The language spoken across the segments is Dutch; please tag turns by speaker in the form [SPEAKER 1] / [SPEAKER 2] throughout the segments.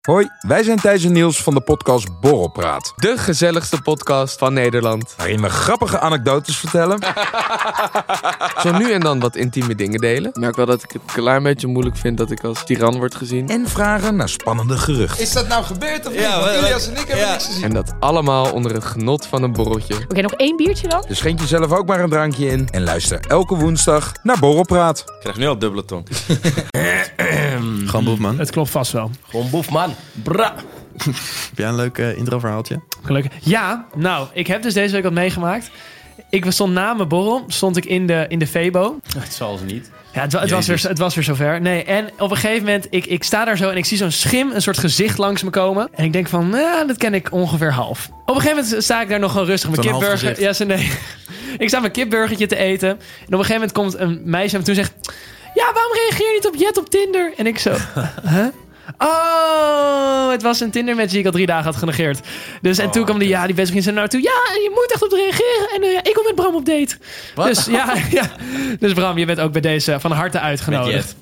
[SPEAKER 1] Hoi, wij zijn Thijs en Niels van de podcast Borrelpraat.
[SPEAKER 2] De gezelligste podcast van Nederland.
[SPEAKER 1] Waarin we grappige anekdotes vertellen.
[SPEAKER 2] Zo nu en dan wat intieme dingen delen. Ik merk wel dat ik het een klein beetje moeilijk vind dat ik als tiran word gezien.
[SPEAKER 1] en vragen naar spannende geruchten.
[SPEAKER 3] Is dat nou gebeurd of niet?
[SPEAKER 4] Ja,
[SPEAKER 3] Want
[SPEAKER 4] wat-
[SPEAKER 3] Ilias en ik hebben
[SPEAKER 4] ja.
[SPEAKER 3] niks gezien.
[SPEAKER 2] En dat allemaal onder het genot van een borreltje.
[SPEAKER 5] Oké, nog één biertje dan?
[SPEAKER 1] Dus schenk jezelf ook maar een drankje in. En luister elke woensdag naar Borrelpraat.
[SPEAKER 4] Ik krijg nu al dubbele tong.
[SPEAKER 6] Gewoon boef, man.
[SPEAKER 7] Mm. Het klopt vast wel.
[SPEAKER 4] Gewoon boef, man. Bra.
[SPEAKER 6] Heb jij een leuk eh, introverhaaltje?
[SPEAKER 7] Gelukkig. Ja, nou, ik heb dus deze week wat meegemaakt. Ik was- stond na mijn borrel, stond ik in de, in de Febo.
[SPEAKER 4] Het zal ze niet.
[SPEAKER 7] Ja, het, wa- het was weer, het was weer zover. Nee, en op een gegeven moment, ik, ik sta daar zo en ik zie zo'n schim, een soort gezicht langs me komen. En ik denk van, nou, dat ken ik ongeveer half. Op een gegeven moment sta ik daar nog gewoon rustig. Mijn
[SPEAKER 6] Zo'n half
[SPEAKER 7] kipburger.
[SPEAKER 6] gezicht.
[SPEAKER 7] Ja, ze nee. ik sta mijn kipburgertje te eten. En op een gegeven moment komt een meisje en toe en zegt... Ja, waarom reageer je niet op Jet op Tinder? En ik zo... huh? Oh, het was een Tinder-match die ik al drie dagen had genegeerd. Dus en toen kwam die, ja, die best begint naar toe. Ja, je moet echt op reageren. En eh, ik kom met Bram op date. Dus ja, ja, dus Bram, je bent ook bij deze van harte uitgenodigd.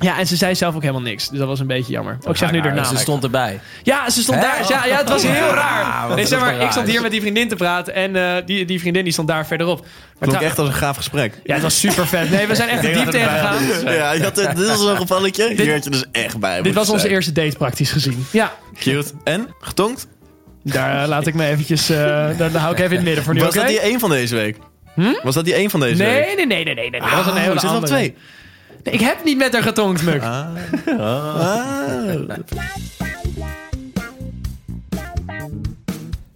[SPEAKER 7] Ja, en ze zei zelf ook helemaal niks. Dus dat was een beetje jammer. Ook ik zeg nu daarna.
[SPEAKER 4] Ze stond erbij.
[SPEAKER 7] Ja, ze stond daar. Ja, ja, het was heel raar. Nee, zeg
[SPEAKER 4] is
[SPEAKER 7] maar,
[SPEAKER 4] toch raar?
[SPEAKER 7] ik stond hier met die vriendin te praten en eh, die, die vriendin die stond daar verderop. Maar
[SPEAKER 6] Klonk
[SPEAKER 7] trouw-
[SPEAKER 6] echt als een gaaf gesprek.
[SPEAKER 7] Ja, het was super vet. Nee, we zijn echt de diepte in gegaan.
[SPEAKER 6] Ja, je had, dit is zo'n gevalletje. Hier had je dus echt bij
[SPEAKER 7] Dit
[SPEAKER 6] moeten
[SPEAKER 7] was onze
[SPEAKER 6] zijn.
[SPEAKER 7] eerste date praktisch gezien. Ja,
[SPEAKER 6] Cute. En? Getonkt?
[SPEAKER 7] daar eh, laat ik me eventjes... eh, daar, daar hou ik even in het midden voor nu,
[SPEAKER 6] Was
[SPEAKER 7] oké? Hm?
[SPEAKER 6] dat die één van deze week? Was dat die één van deze week?
[SPEAKER 7] Nee, nee, nee, nee, nee. nee. Dat was een
[SPEAKER 6] Oh,
[SPEAKER 7] hele
[SPEAKER 6] er zitten nog
[SPEAKER 7] andere.
[SPEAKER 6] twee.
[SPEAKER 7] Nee, ik heb niet met haar getonkt, Muk.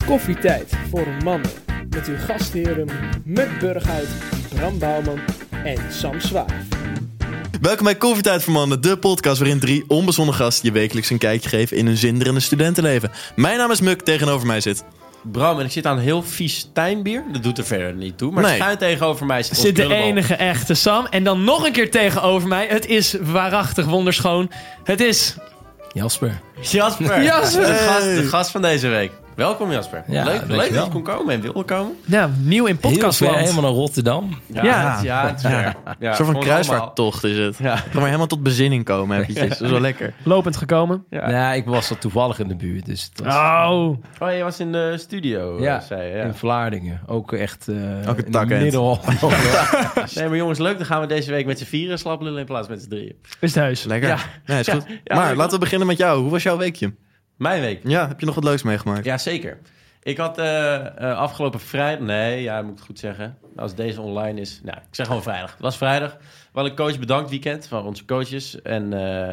[SPEAKER 8] Koffietijd voor mannen met uw gastheren Muk Burghuis, Bram Bouwman en Sam Zwaar.
[SPEAKER 6] Welkom bij Koffietijd voor Mannen, de podcast waarin drie onbezonnen gasten je wekelijks een kijkje geven in hun zinderende studentenleven. Mijn naam is Muk, tegenover mij zit.
[SPEAKER 4] Bram, en ik zit aan een heel vies tuinbier. Dat doet er verder niet toe. Maar
[SPEAKER 6] Nee.
[SPEAKER 4] schuin tegenover mij zit,
[SPEAKER 7] Zit de
[SPEAKER 4] Gullebal.
[SPEAKER 7] enige echte Sam. En dan nog een keer tegenover mij. Het is waarachtig wonderschoon. Het is...
[SPEAKER 9] Jasper.
[SPEAKER 4] Jasper.
[SPEAKER 6] Eh,
[SPEAKER 7] Jasper.
[SPEAKER 4] De, gast, de gast van deze week. Welkom Jasper.
[SPEAKER 9] Ja,
[SPEAKER 4] leuk leuk dat
[SPEAKER 9] dankjewel.
[SPEAKER 4] je kon komen en wilde komen.
[SPEAKER 7] Nou, nieuw in
[SPEAKER 9] Heel ver,
[SPEAKER 7] podcastland.
[SPEAKER 9] helemaal naar Rotterdam.
[SPEAKER 4] Ja,
[SPEAKER 7] Ja.
[SPEAKER 4] het- ja, het is ver. ja.
[SPEAKER 6] Een soort van
[SPEAKER 4] gewoon allemaal.
[SPEAKER 6] kruisvaarttocht is het.
[SPEAKER 4] Ja.
[SPEAKER 6] Ga maar helemaal tot bezinning komen eventjes. Dat is wel lekker.
[SPEAKER 7] Lopend gekomen.
[SPEAKER 4] Ja.
[SPEAKER 9] Nee, ik was al toevallig in de buurt. Dus het was-
[SPEAKER 7] Oh.
[SPEAKER 4] Oh, je was in de studio, eh,
[SPEAKER 9] ja,
[SPEAKER 4] zei je. Ja.
[SPEAKER 9] in Vlaardingen. Ook echt eh
[SPEAKER 6] Ook een
[SPEAKER 9] in
[SPEAKER 6] takend.
[SPEAKER 9] Middenhof.
[SPEAKER 4] Nee, maar jongens, leuk. Dan gaan we deze week met z'n vieren slaplullen in plaats met z'n drieën.
[SPEAKER 7] Is het huis.
[SPEAKER 6] Lekker. Nee, is
[SPEAKER 4] Ja.
[SPEAKER 6] goed.
[SPEAKER 4] Ja,
[SPEAKER 6] maar
[SPEAKER 4] lekker.
[SPEAKER 6] laten we beginnen met jou. Hoe was jouw weekje?
[SPEAKER 4] Mijn week.
[SPEAKER 6] Ja, heb je nog wat leuks meegemaakt?
[SPEAKER 4] Ja, zeker. Ik had eh, eh, afgelopen vrijdag... Nee, ja, moet ik het goed zeggen. Als deze online is... Nou, ik zeg gewoon vrijdag. Het was vrijdag. We hadden coach bedankt weekend van onze coaches. En eh,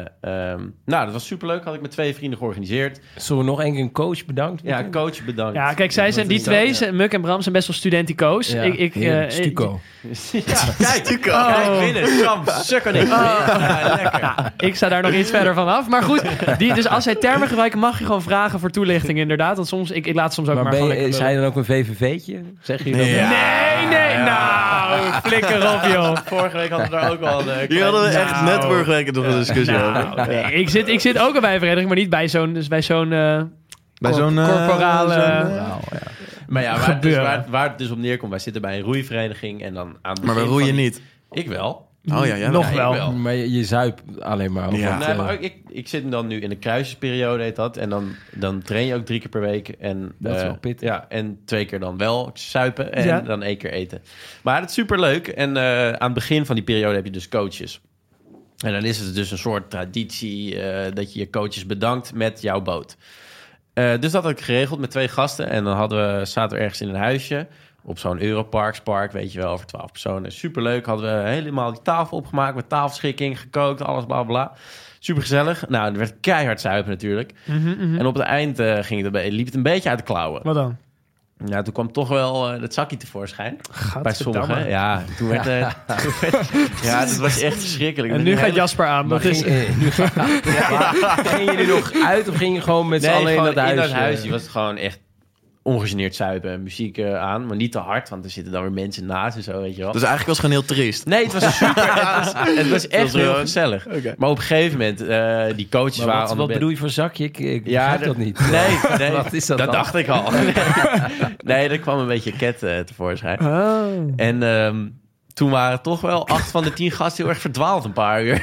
[SPEAKER 4] ehm, nou, dat was superleuk. Had ik met twee vrienden georganiseerd.
[SPEAKER 9] Zullen we nog één keer een coach bedankt?
[SPEAKER 4] Ja, coach bedankt.
[SPEAKER 7] Ja, kijk, zij zijn, die twee, ze- Muk en Bram, zijn best wel studentico's.
[SPEAKER 9] Ja,
[SPEAKER 7] ik, ik, eh,
[SPEAKER 9] heerlijk.
[SPEAKER 7] ik-
[SPEAKER 9] Stuco.
[SPEAKER 4] Ja, Oh. kijk, Tuco. Kijk, winnen. Sam, sukker niet. Ja, lekker.
[SPEAKER 7] ik sta daar nog iets verder van af. Maar goed, die, dus als zij termen gebruiken, mag je gewoon vragen voor toelichting, inderdaad. Want soms, ik, ik laat soms ook maar,
[SPEAKER 9] Maar ben
[SPEAKER 7] gewoon
[SPEAKER 9] je,
[SPEAKER 7] lekker
[SPEAKER 9] is hij dan ook een VVV'tje? Zeg je dat?
[SPEAKER 6] Nee. Ja.
[SPEAKER 7] Nee, nee, nou, flikker op, joh.
[SPEAKER 4] Vorige week hadden we daar ook al... eh,
[SPEAKER 6] Hier hadden we echt net vorige week nog een discussie over.
[SPEAKER 7] Nou, nee, ik, zit, ik zit ook al bij een vereniging, maar niet bij zo'n... Dus bij zo'n eh,
[SPEAKER 6] Bij zo'n... eh,
[SPEAKER 7] corporale...
[SPEAKER 6] zo'n, eh,
[SPEAKER 4] Maar ja, waar, dus
[SPEAKER 7] Gebeuren.
[SPEAKER 4] waar, waar het dus op neerkomt, wij zitten bij een roeivereniging en dan aan het
[SPEAKER 6] maar we
[SPEAKER 4] begin
[SPEAKER 6] roeien
[SPEAKER 4] van die-
[SPEAKER 6] niet.
[SPEAKER 4] Ik wel.
[SPEAKER 6] Oh ja, ja.
[SPEAKER 7] nog
[SPEAKER 4] ik
[SPEAKER 7] wel.
[SPEAKER 4] wel.
[SPEAKER 9] Maar je, je zuipt alleen maar.
[SPEAKER 6] Ja.
[SPEAKER 9] Want,
[SPEAKER 4] nee,
[SPEAKER 9] eh,
[SPEAKER 4] maar ook, ik, ik zit dan nu in de kruisperiode, heet dat. En dan, dan train je ook drie keer per week. En,
[SPEAKER 9] Dat is
[SPEAKER 4] eh,
[SPEAKER 9] wel pittig.
[SPEAKER 4] Ja, en twee keer dan wel suipen en
[SPEAKER 7] Ja.
[SPEAKER 4] dan één keer eten. Maar het is superleuk. En eh, aan het begin van die periode heb je dus coaches. En dan is het dus een soort traditie eh, dat je je coaches bedankt met jouw boot. Eh, dus dat had ik geregeld met twee gasten. En dan hadden we, zaten we ergens in een huisje. Op zo'n Europarkspark, weet je wel, voor twaalf personen. Superleuk. Hadden we helemaal die tafel opgemaakt. Met tafelschikking, gekookt, alles bla bla, bla. Supergezellig. Nou, er werd keihard zuipen natuurlijk.
[SPEAKER 7] Hm.
[SPEAKER 4] En op het eind eh, ging het, een be- liep het een beetje uit de klauwen.
[SPEAKER 7] Wat dan?
[SPEAKER 4] Nou, toen kwam toch wel eh dat zakje tevoorschijn. Bij
[SPEAKER 7] Gadverdamme.
[SPEAKER 4] sommigen. Ja, toen werd, eh, toen werd- Ja, dat was echt verschrikkelijk.
[SPEAKER 7] En
[SPEAKER 4] Met
[SPEAKER 7] nu
[SPEAKER 4] een
[SPEAKER 7] gaat
[SPEAKER 4] hele-
[SPEAKER 7] Jasper aan.
[SPEAKER 9] maar
[SPEAKER 7] Dat is,
[SPEAKER 9] ging, eh, nu ga- Ja, gingen jullie nog uit of ging je gewoon met z'n
[SPEAKER 4] Nee,
[SPEAKER 9] allen in
[SPEAKER 4] gewoon
[SPEAKER 9] dat huis? eh?
[SPEAKER 4] Die was het gewoon echt ongegeneerd zuipen en muziek eh, aan. Maar niet te hard, want er zitten dan weer mensen naast en zo, weet je wel.
[SPEAKER 6] Dus eigenlijk was het gewoon heel triest.
[SPEAKER 4] Nee, het was super. het, was, het was echt heel gezellig. Maar op een gegeven moment, eh, die coaches
[SPEAKER 9] Maar
[SPEAKER 4] waren...
[SPEAKER 9] wat,
[SPEAKER 4] aan
[SPEAKER 9] wat
[SPEAKER 4] de
[SPEAKER 9] bedoel je voor zakje? Ik, ik
[SPEAKER 4] Ja,
[SPEAKER 9] begrijp
[SPEAKER 4] dat-
[SPEAKER 9] dat niet.
[SPEAKER 4] Nee, nee
[SPEAKER 9] Wat is dat dan?
[SPEAKER 4] dacht ik al. nee, er kwam een beetje ket eh, tevoorschijn. En ehm, Toen waren toch wel acht van de tien gasten heel erg verdwaald een paar uur.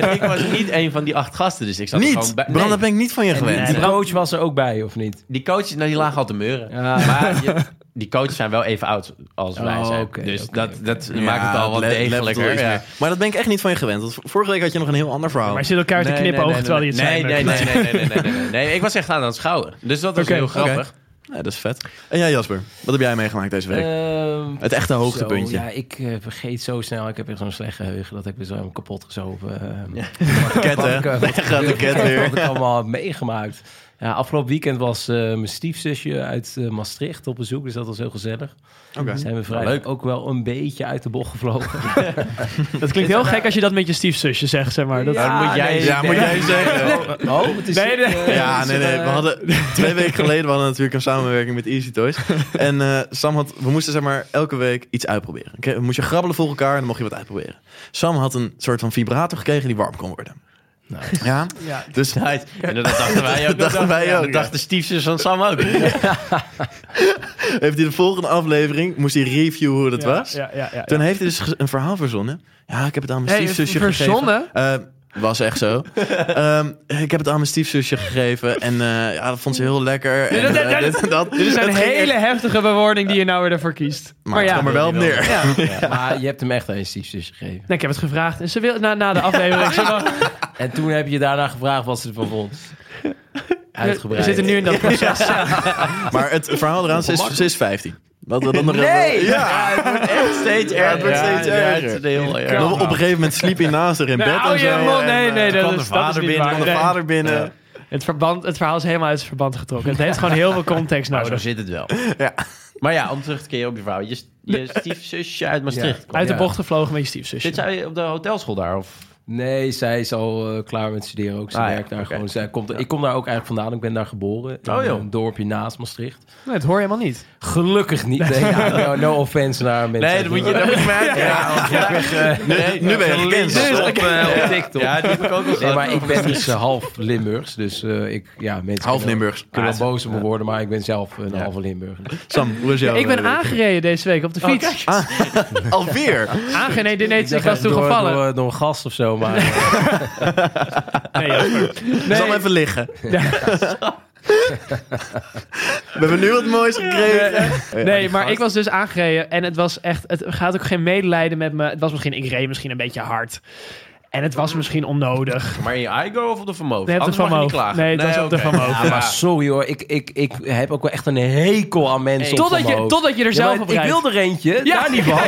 [SPEAKER 4] en ik was niet een van die acht gasten, dus ik zat er
[SPEAKER 6] Niet!
[SPEAKER 4] gewoon bij.
[SPEAKER 6] Bram, dat ben ik niet van je gewend.
[SPEAKER 9] Die coach was er ook bij, of niet?
[SPEAKER 4] Die coaches, nou die lagen al te meuren.
[SPEAKER 9] Ja.
[SPEAKER 4] Maar je- die coaches zijn wel even oud als wij
[SPEAKER 9] Oh,
[SPEAKER 4] zijn.
[SPEAKER 9] oké,
[SPEAKER 4] dus
[SPEAKER 9] oké,
[SPEAKER 4] dat,
[SPEAKER 9] oké.
[SPEAKER 4] dat
[SPEAKER 6] Ja,
[SPEAKER 4] maakt het al wat
[SPEAKER 6] le- level
[SPEAKER 4] degelijker.
[SPEAKER 6] is
[SPEAKER 4] ja.
[SPEAKER 6] meer. Maar dat ben ik echt niet van je gewend. Want vorige week had je nog een heel ander verhaal.
[SPEAKER 8] Maar je zit elkaar te
[SPEAKER 4] Nee,
[SPEAKER 8] knippen
[SPEAKER 4] nee,
[SPEAKER 8] over
[SPEAKER 4] nee,
[SPEAKER 8] terwijl je het zei.
[SPEAKER 4] nee, nee,
[SPEAKER 8] maar-
[SPEAKER 4] nee, nee, nee, nee, nee, nee, nee, nee. Ik was echt aan het schouwen. Dus dat was
[SPEAKER 8] Oké,
[SPEAKER 4] heel
[SPEAKER 8] oké.
[SPEAKER 4] grappig.
[SPEAKER 6] Ja, dat is vet. En jij Jasper, wat heb jij meegemaakt deze
[SPEAKER 4] Eh,
[SPEAKER 6] week?
[SPEAKER 9] Ehm,
[SPEAKER 6] het echte
[SPEAKER 9] zo,
[SPEAKER 6] hoogtepuntje.
[SPEAKER 9] ja, ik eh, vergeet zo snel. Ik heb echt zo'n slecht geheugen. Dat heb ik weer zo kapot gezopen. Ehm,
[SPEAKER 6] Ket, hè?
[SPEAKER 9] Wat ik,
[SPEAKER 6] Daar gaat de ket
[SPEAKER 9] wat
[SPEAKER 6] weer.
[SPEAKER 9] ik allemaal heb meegemaakt. Ja, afgelopen weekend was eh, mijn stiefzusje uit eh, Maastricht op bezoek. Dus dat was heel gezellig.
[SPEAKER 6] Oké.
[SPEAKER 4] Nou,
[SPEAKER 9] Zijn we vrijdag ook wel een beetje uit de bocht gevlogen.
[SPEAKER 8] Dat klinkt heel gek als je dat met je stiefzusje zegt, zeg maar. Dat,
[SPEAKER 4] Ja, moet jij-
[SPEAKER 6] Ja, moet jij zeggen.
[SPEAKER 9] Oh, het is...
[SPEAKER 8] Nee, nee.
[SPEAKER 9] eh,
[SPEAKER 6] Ja,
[SPEAKER 9] is
[SPEAKER 6] nee,
[SPEAKER 9] het,
[SPEAKER 6] nee.
[SPEAKER 9] eh,
[SPEAKER 6] We hadden twee weken geleden we hadden natuurlijk een samenwerking met Easy Toys. En eh, Sam had, we moesten zeg maar elke week iets uitproberen. Oké, we moest je grabbelen voor elkaar en dan mocht je wat uitproberen. Sam had een soort van vibrator gekregen die warm kon worden.
[SPEAKER 4] Nou.
[SPEAKER 6] Ja, dus
[SPEAKER 4] Right. En dat dachten wij ook.
[SPEAKER 6] Dat dachten wij ook,
[SPEAKER 4] Dat
[SPEAKER 6] ja.
[SPEAKER 4] dachten stiefzus van Sam ook.
[SPEAKER 6] heeft hij de volgende aflevering, moest hij reviewen hoe dat
[SPEAKER 8] ja,
[SPEAKER 6] was.
[SPEAKER 8] Ja, ja, ja.
[SPEAKER 6] Toen heeft hij dus ge- een verhaal verzonnen. Ja, ik heb het aan mijn
[SPEAKER 7] Hey,
[SPEAKER 6] stiefzusje
[SPEAKER 7] verzonnen?
[SPEAKER 6] gegeven. Eh, was echt zo. Ehm, ik heb het aan mijn stiefzusje gegeven. En eh, ja, dat vond ze heel lekker. En,
[SPEAKER 7] dat- dat-
[SPEAKER 6] eh, dit en dat.
[SPEAKER 7] Dit is een
[SPEAKER 6] Het ging
[SPEAKER 7] hele
[SPEAKER 6] echt-
[SPEAKER 7] heftige bewoording die je nou weer ervoor kiest.
[SPEAKER 6] Maar het kwam er wel op neer.
[SPEAKER 9] Ja,
[SPEAKER 4] Ah,
[SPEAKER 9] maar je hebt hem echt een stiefzus gegeven.
[SPEAKER 7] Nee, ik heb het gevraagd. En ze wil na, na de aflevering. ze wil-
[SPEAKER 9] En toen heb je daarna gevraagd wat ze ervan vond.
[SPEAKER 7] we
[SPEAKER 9] Uitgebreid.
[SPEAKER 7] zitten nu in dat proces.
[SPEAKER 6] Maar het verhaal eraan, ze is, ze is 15. Wat we dan nog
[SPEAKER 9] Nee!
[SPEAKER 6] Ja, het wordt echt steeds erger. het wordt steeds erger.
[SPEAKER 4] heel
[SPEAKER 6] En dan op een gegeven moment sliep hij naast haar in
[SPEAKER 7] Nou,
[SPEAKER 6] bed
[SPEAKER 7] hou
[SPEAKER 6] en
[SPEAKER 7] je
[SPEAKER 6] zo.
[SPEAKER 7] mond.
[SPEAKER 6] En,
[SPEAKER 7] Nee,
[SPEAKER 6] eh,
[SPEAKER 7] nee,
[SPEAKER 6] toen
[SPEAKER 7] dat
[SPEAKER 6] kwam
[SPEAKER 7] is-
[SPEAKER 6] de
[SPEAKER 7] dat is
[SPEAKER 6] vader
[SPEAKER 7] niet
[SPEAKER 6] binnen,
[SPEAKER 7] waar.
[SPEAKER 6] kwam de
[SPEAKER 7] Nee.
[SPEAKER 6] vader binnen.
[SPEAKER 7] Het, verband, het verhaal is helemaal uit zijn verband getrokken. Het heeft gewoon heel veel context
[SPEAKER 4] Maar zo
[SPEAKER 7] nodig.
[SPEAKER 4] zit het wel.
[SPEAKER 6] Ja.
[SPEAKER 4] Maar ja, om terug te keren op die vrouw. Je, je stiefzusje uit Maastricht. kwam.
[SPEAKER 7] Uit de
[SPEAKER 9] Ja.
[SPEAKER 7] bocht gevlogen met je
[SPEAKER 4] Zit
[SPEAKER 7] stiefzusje.
[SPEAKER 4] zij op de hotelschool daar? Of?
[SPEAKER 9] Nee, zij is al eh, klaar met studeren ook. Ze
[SPEAKER 4] Ah, ja,
[SPEAKER 9] werkt daar
[SPEAKER 4] oké.
[SPEAKER 9] gewoon. Zij komt, Ik kom daar ook eigenlijk vandaan. Ik ben daar geboren.
[SPEAKER 4] Oh,
[SPEAKER 9] in
[SPEAKER 4] joh.
[SPEAKER 9] een dorpje naast Maastricht.
[SPEAKER 7] Nee, dat hoor je helemaal niet.
[SPEAKER 9] Gelukkig niet. Nee, ja, no, no offense naar mensen.
[SPEAKER 4] Nee, dat moet je, dat moet je merken. Ja,
[SPEAKER 6] Nu, nu ben je gecanceld.
[SPEAKER 4] Op, eh, op TikTok.
[SPEAKER 9] TikTok.
[SPEAKER 4] Ja, die heb ik ook al
[SPEAKER 9] Nee,
[SPEAKER 4] gehad.
[SPEAKER 9] maar ik ben dus eh, half Limburgs. Dus eh, ik, ja, mensen
[SPEAKER 6] Half
[SPEAKER 9] kunnen-
[SPEAKER 6] Limburgs.
[SPEAKER 9] kunnen wel boos op me worden, maar ik ben zelf een halve Limburger.
[SPEAKER 6] Sam, hoe is jouw...
[SPEAKER 7] Ik ben
[SPEAKER 6] eh,
[SPEAKER 7] aangereden deze week op de fiets.
[SPEAKER 6] Alweer?
[SPEAKER 7] Aange- nee, nee, nee, ik was toen
[SPEAKER 9] eh, door,
[SPEAKER 7] gevallen.
[SPEAKER 9] Door, door een gast of zo, maar... eh,
[SPEAKER 7] Nee, Jasper.
[SPEAKER 6] Nee. Zal hem even liggen. We hebben nu wat moois gekregen.
[SPEAKER 7] Nee, maar ik was dus aangereden en het was echt. Het gaat ook geen medelijden met me. Het was misschien, ik reed misschien een beetje hard. En het was misschien onnodig.
[SPEAKER 4] Maar in je Igo of op de vermogen?
[SPEAKER 7] Nee, op de
[SPEAKER 4] Anders mag je niet
[SPEAKER 7] vermogen.
[SPEAKER 4] klagen.
[SPEAKER 7] Nee, het was op de
[SPEAKER 4] oké.
[SPEAKER 7] vermogen.
[SPEAKER 4] Ja,
[SPEAKER 9] maar sorry hoor, ik, ik, ik heb ook wel echt een hekel aan mensen op
[SPEAKER 7] Totdat je,
[SPEAKER 9] vermogen.
[SPEAKER 7] totdat je er
[SPEAKER 9] Ja,
[SPEAKER 7] zelf
[SPEAKER 9] maar
[SPEAKER 7] op
[SPEAKER 9] ik
[SPEAKER 7] rijdt.
[SPEAKER 9] wil er eentje,
[SPEAKER 7] Ja.
[SPEAKER 9] daar niet van.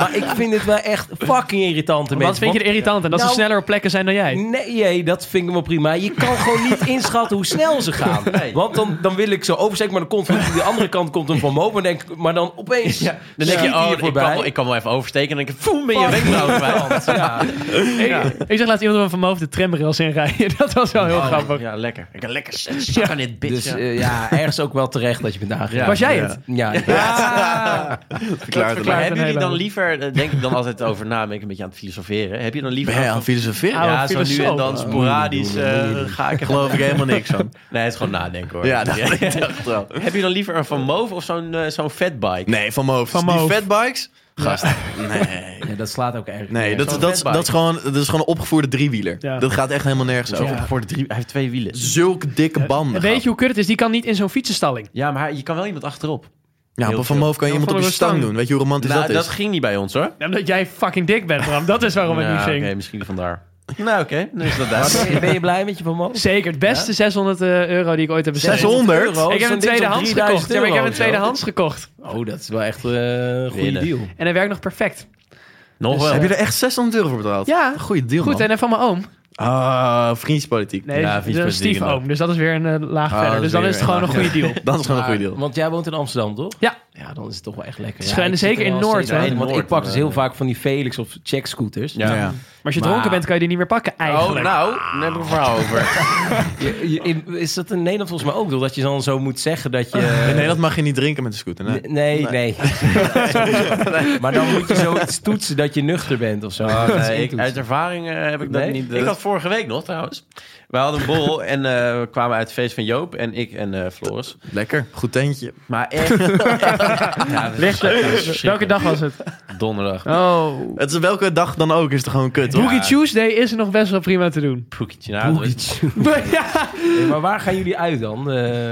[SPEAKER 9] Maar ik vind het wel echt fucking irritante
[SPEAKER 7] Want
[SPEAKER 9] mensen.
[SPEAKER 7] vind je het irritant en dat ze
[SPEAKER 9] Nou-
[SPEAKER 7] sneller op plekken zijn dan jij.
[SPEAKER 9] want- Nee, jee, dat vind ik wel prima. Je kan gewoon niet inschatten hoe snel ze gaan. Want dan, dan wil ik zo oversteken, maar dan komt van de andere kant komt een van boven. en denk ik- Maar dan opeens
[SPEAKER 4] Dan denk je,
[SPEAKER 9] schiet hij
[SPEAKER 4] oh,
[SPEAKER 9] hier
[SPEAKER 4] ik kan,
[SPEAKER 9] voorbij.
[SPEAKER 4] wel, ik kan wel even oversteken. En dan denk ik, voem, ben je weg nou kwijt.
[SPEAKER 9] Ja.
[SPEAKER 7] Ik, ik zeg, laat iemand van mijn hoofd de tramrails inrijden. Dat was wel heel
[SPEAKER 6] Oh.
[SPEAKER 7] grappig.
[SPEAKER 4] Ja, lekker. Ik kan lekker zak aan dit bitch.
[SPEAKER 9] Dus
[SPEAKER 4] ja.
[SPEAKER 9] eh, ja, ergens ook wel terecht dat je bent aangegeven.
[SPEAKER 7] Was jij het?
[SPEAKER 9] Ja, ja.
[SPEAKER 6] Verklaard het
[SPEAKER 4] Maar
[SPEAKER 6] maar.
[SPEAKER 4] hebben jullie
[SPEAKER 7] hele
[SPEAKER 4] dan liever, eh, denk ik dan altijd over na, ben ik een beetje aan het filosoferen. Heb je dan liever...
[SPEAKER 6] Ben jij aan het filosoferen? Oh.
[SPEAKER 7] Ah,
[SPEAKER 4] ja, zo nu en
[SPEAKER 7] filosoof.
[SPEAKER 4] dan sporadisch eh, ga ik er
[SPEAKER 6] geloof ik helemaal niks van.
[SPEAKER 4] Nee, het is gewoon nadenken hoor.
[SPEAKER 6] Ja, nou. dat ik dacht wel.
[SPEAKER 4] Heb je dan liever een Van Move of zo'n eh, zo'n fatbike?
[SPEAKER 6] Nee, van mijn hoofd.
[SPEAKER 7] Van mijn
[SPEAKER 6] Die
[SPEAKER 7] hoofd.
[SPEAKER 6] fatbikes? Gast, nee.
[SPEAKER 9] Ja, dat slaat ook erg.
[SPEAKER 6] Nee,
[SPEAKER 9] nergens
[SPEAKER 6] dat,
[SPEAKER 4] zo'n
[SPEAKER 6] dat,
[SPEAKER 4] fatbike.
[SPEAKER 6] dat, is gewoon, dat is gewoon een opgevoerde driewieler.
[SPEAKER 7] Ja.
[SPEAKER 6] Dat gaat echt helemaal nergens over.
[SPEAKER 4] Voor de drie, hij heeft twee wielen.
[SPEAKER 6] Zulke dikke banden.
[SPEAKER 7] Weet
[SPEAKER 6] gast.
[SPEAKER 7] je hoe kut het is? Die kan niet in zo'n fietsenstalling.
[SPEAKER 4] Ja, maar hij- je kan wel iemand achterop.
[SPEAKER 6] ja,
[SPEAKER 4] heel
[SPEAKER 6] maar van mijn hoofd kan je
[SPEAKER 7] Ja,
[SPEAKER 6] iemand op
[SPEAKER 7] van
[SPEAKER 6] je
[SPEAKER 7] een stang.
[SPEAKER 6] stang doen. Weet je hoe romantisch
[SPEAKER 4] nou,
[SPEAKER 6] Dus dat is?
[SPEAKER 4] dat ging niet bij ons hoor.
[SPEAKER 7] Omdat jij fucking dik bent, Bram. Dat is waarom het
[SPEAKER 4] Nou,
[SPEAKER 7] niet ging.
[SPEAKER 4] Oké, misschien vandaar. Nou oké, dan is dat duidelijk.
[SPEAKER 9] Ben je- Ben je blij met je vermogen?
[SPEAKER 7] Zeker, het beste 600 eh, euro die ik ooit heb besteed.
[SPEAKER 6] 600?
[SPEAKER 9] euro?
[SPEAKER 7] Ik heb een
[SPEAKER 9] Zo'n ding is
[SPEAKER 7] tweedehands
[SPEAKER 9] op 3000
[SPEAKER 7] gekocht. Ja, maar ik heb
[SPEAKER 9] euro
[SPEAKER 7] een
[SPEAKER 9] of zo.
[SPEAKER 7] tweedehands gekocht.
[SPEAKER 9] Oh, dat is wel echt eh, een goede
[SPEAKER 4] Winnen.
[SPEAKER 9] deal.
[SPEAKER 7] En hij werkt nog perfect. Dus, eh,
[SPEAKER 4] Nog wel.
[SPEAKER 6] Heb je er echt 600 euro voor betaald?
[SPEAKER 7] Ja.
[SPEAKER 6] Goeie deal,
[SPEAKER 7] Goed,
[SPEAKER 6] man.
[SPEAKER 7] en dan van mijn oom.
[SPEAKER 6] Ah, vriendjespolitiek.
[SPEAKER 7] Nee,
[SPEAKER 4] Ja,
[SPEAKER 7] dat is een
[SPEAKER 4] viespersdieren.
[SPEAKER 7] stiefoom. Dus dat is weer een eh, laag
[SPEAKER 6] Ah,
[SPEAKER 7] verder.
[SPEAKER 6] dat
[SPEAKER 7] Dus
[SPEAKER 6] is
[SPEAKER 7] dan
[SPEAKER 6] weer
[SPEAKER 7] is het gewoon
[SPEAKER 6] een
[SPEAKER 7] een goede deal.
[SPEAKER 6] Dat is gewoon een
[SPEAKER 9] Maar-
[SPEAKER 6] goede deal.
[SPEAKER 9] Want jij woont in Amsterdam, toch?
[SPEAKER 7] Ja.
[SPEAKER 9] Ja, dan is het toch wel echt lekker.
[SPEAKER 7] Het is
[SPEAKER 9] Ja,
[SPEAKER 7] gewoon-
[SPEAKER 9] ik
[SPEAKER 7] zeker
[SPEAKER 9] zit er
[SPEAKER 7] in
[SPEAKER 9] wel
[SPEAKER 7] Noord,
[SPEAKER 9] steeds
[SPEAKER 7] hè?
[SPEAKER 9] in, Want
[SPEAKER 4] Noord,
[SPEAKER 9] ik pak dus
[SPEAKER 4] eh,
[SPEAKER 9] heel vaak van die Felix of check scooters.
[SPEAKER 6] Ja.
[SPEAKER 4] Ja.
[SPEAKER 7] Maar als je
[SPEAKER 9] Maar-
[SPEAKER 7] dronken bent, kan je die niet meer pakken
[SPEAKER 4] Oh,
[SPEAKER 7] eigenlijk.
[SPEAKER 4] nou, daar heb ik een verhaal over.
[SPEAKER 9] Je- je- in- is dat in Nederland volgens mij ook? toch, Dat je dan zo moet zeggen dat je...
[SPEAKER 6] In Nederland mag je niet drinken met de scooter.
[SPEAKER 9] Nee,
[SPEAKER 6] Nee.
[SPEAKER 9] nee. maar dan moet je zo iets toetsen dat je nuchter bent of zo. Dat is
[SPEAKER 4] Oh, Nee,
[SPEAKER 9] één
[SPEAKER 4] ik-
[SPEAKER 9] toets.
[SPEAKER 4] uit ervaring eh, heb ik dat
[SPEAKER 9] Nee?
[SPEAKER 4] niet. eh, ik had vorige week nog trouwens. Wij hadden een bol en eh, we kwamen uit het feest van Joop en ik en eh, Floris.
[SPEAKER 6] Lekker, goed tentje.
[SPEAKER 4] Maar echt... ja, dat is verschrikkelijk.
[SPEAKER 7] Welke dag was het?
[SPEAKER 4] Donderdag.
[SPEAKER 7] Oh.
[SPEAKER 6] Het is welke dag dan ook, is het gewoon kut. hoor.
[SPEAKER 7] Boogie Tuesday is er nog best wel prima te doen.
[SPEAKER 4] Poekietje. Nou, dat was-
[SPEAKER 7] ja.
[SPEAKER 9] Eh, maar waar gaan jullie uit dan? Eh,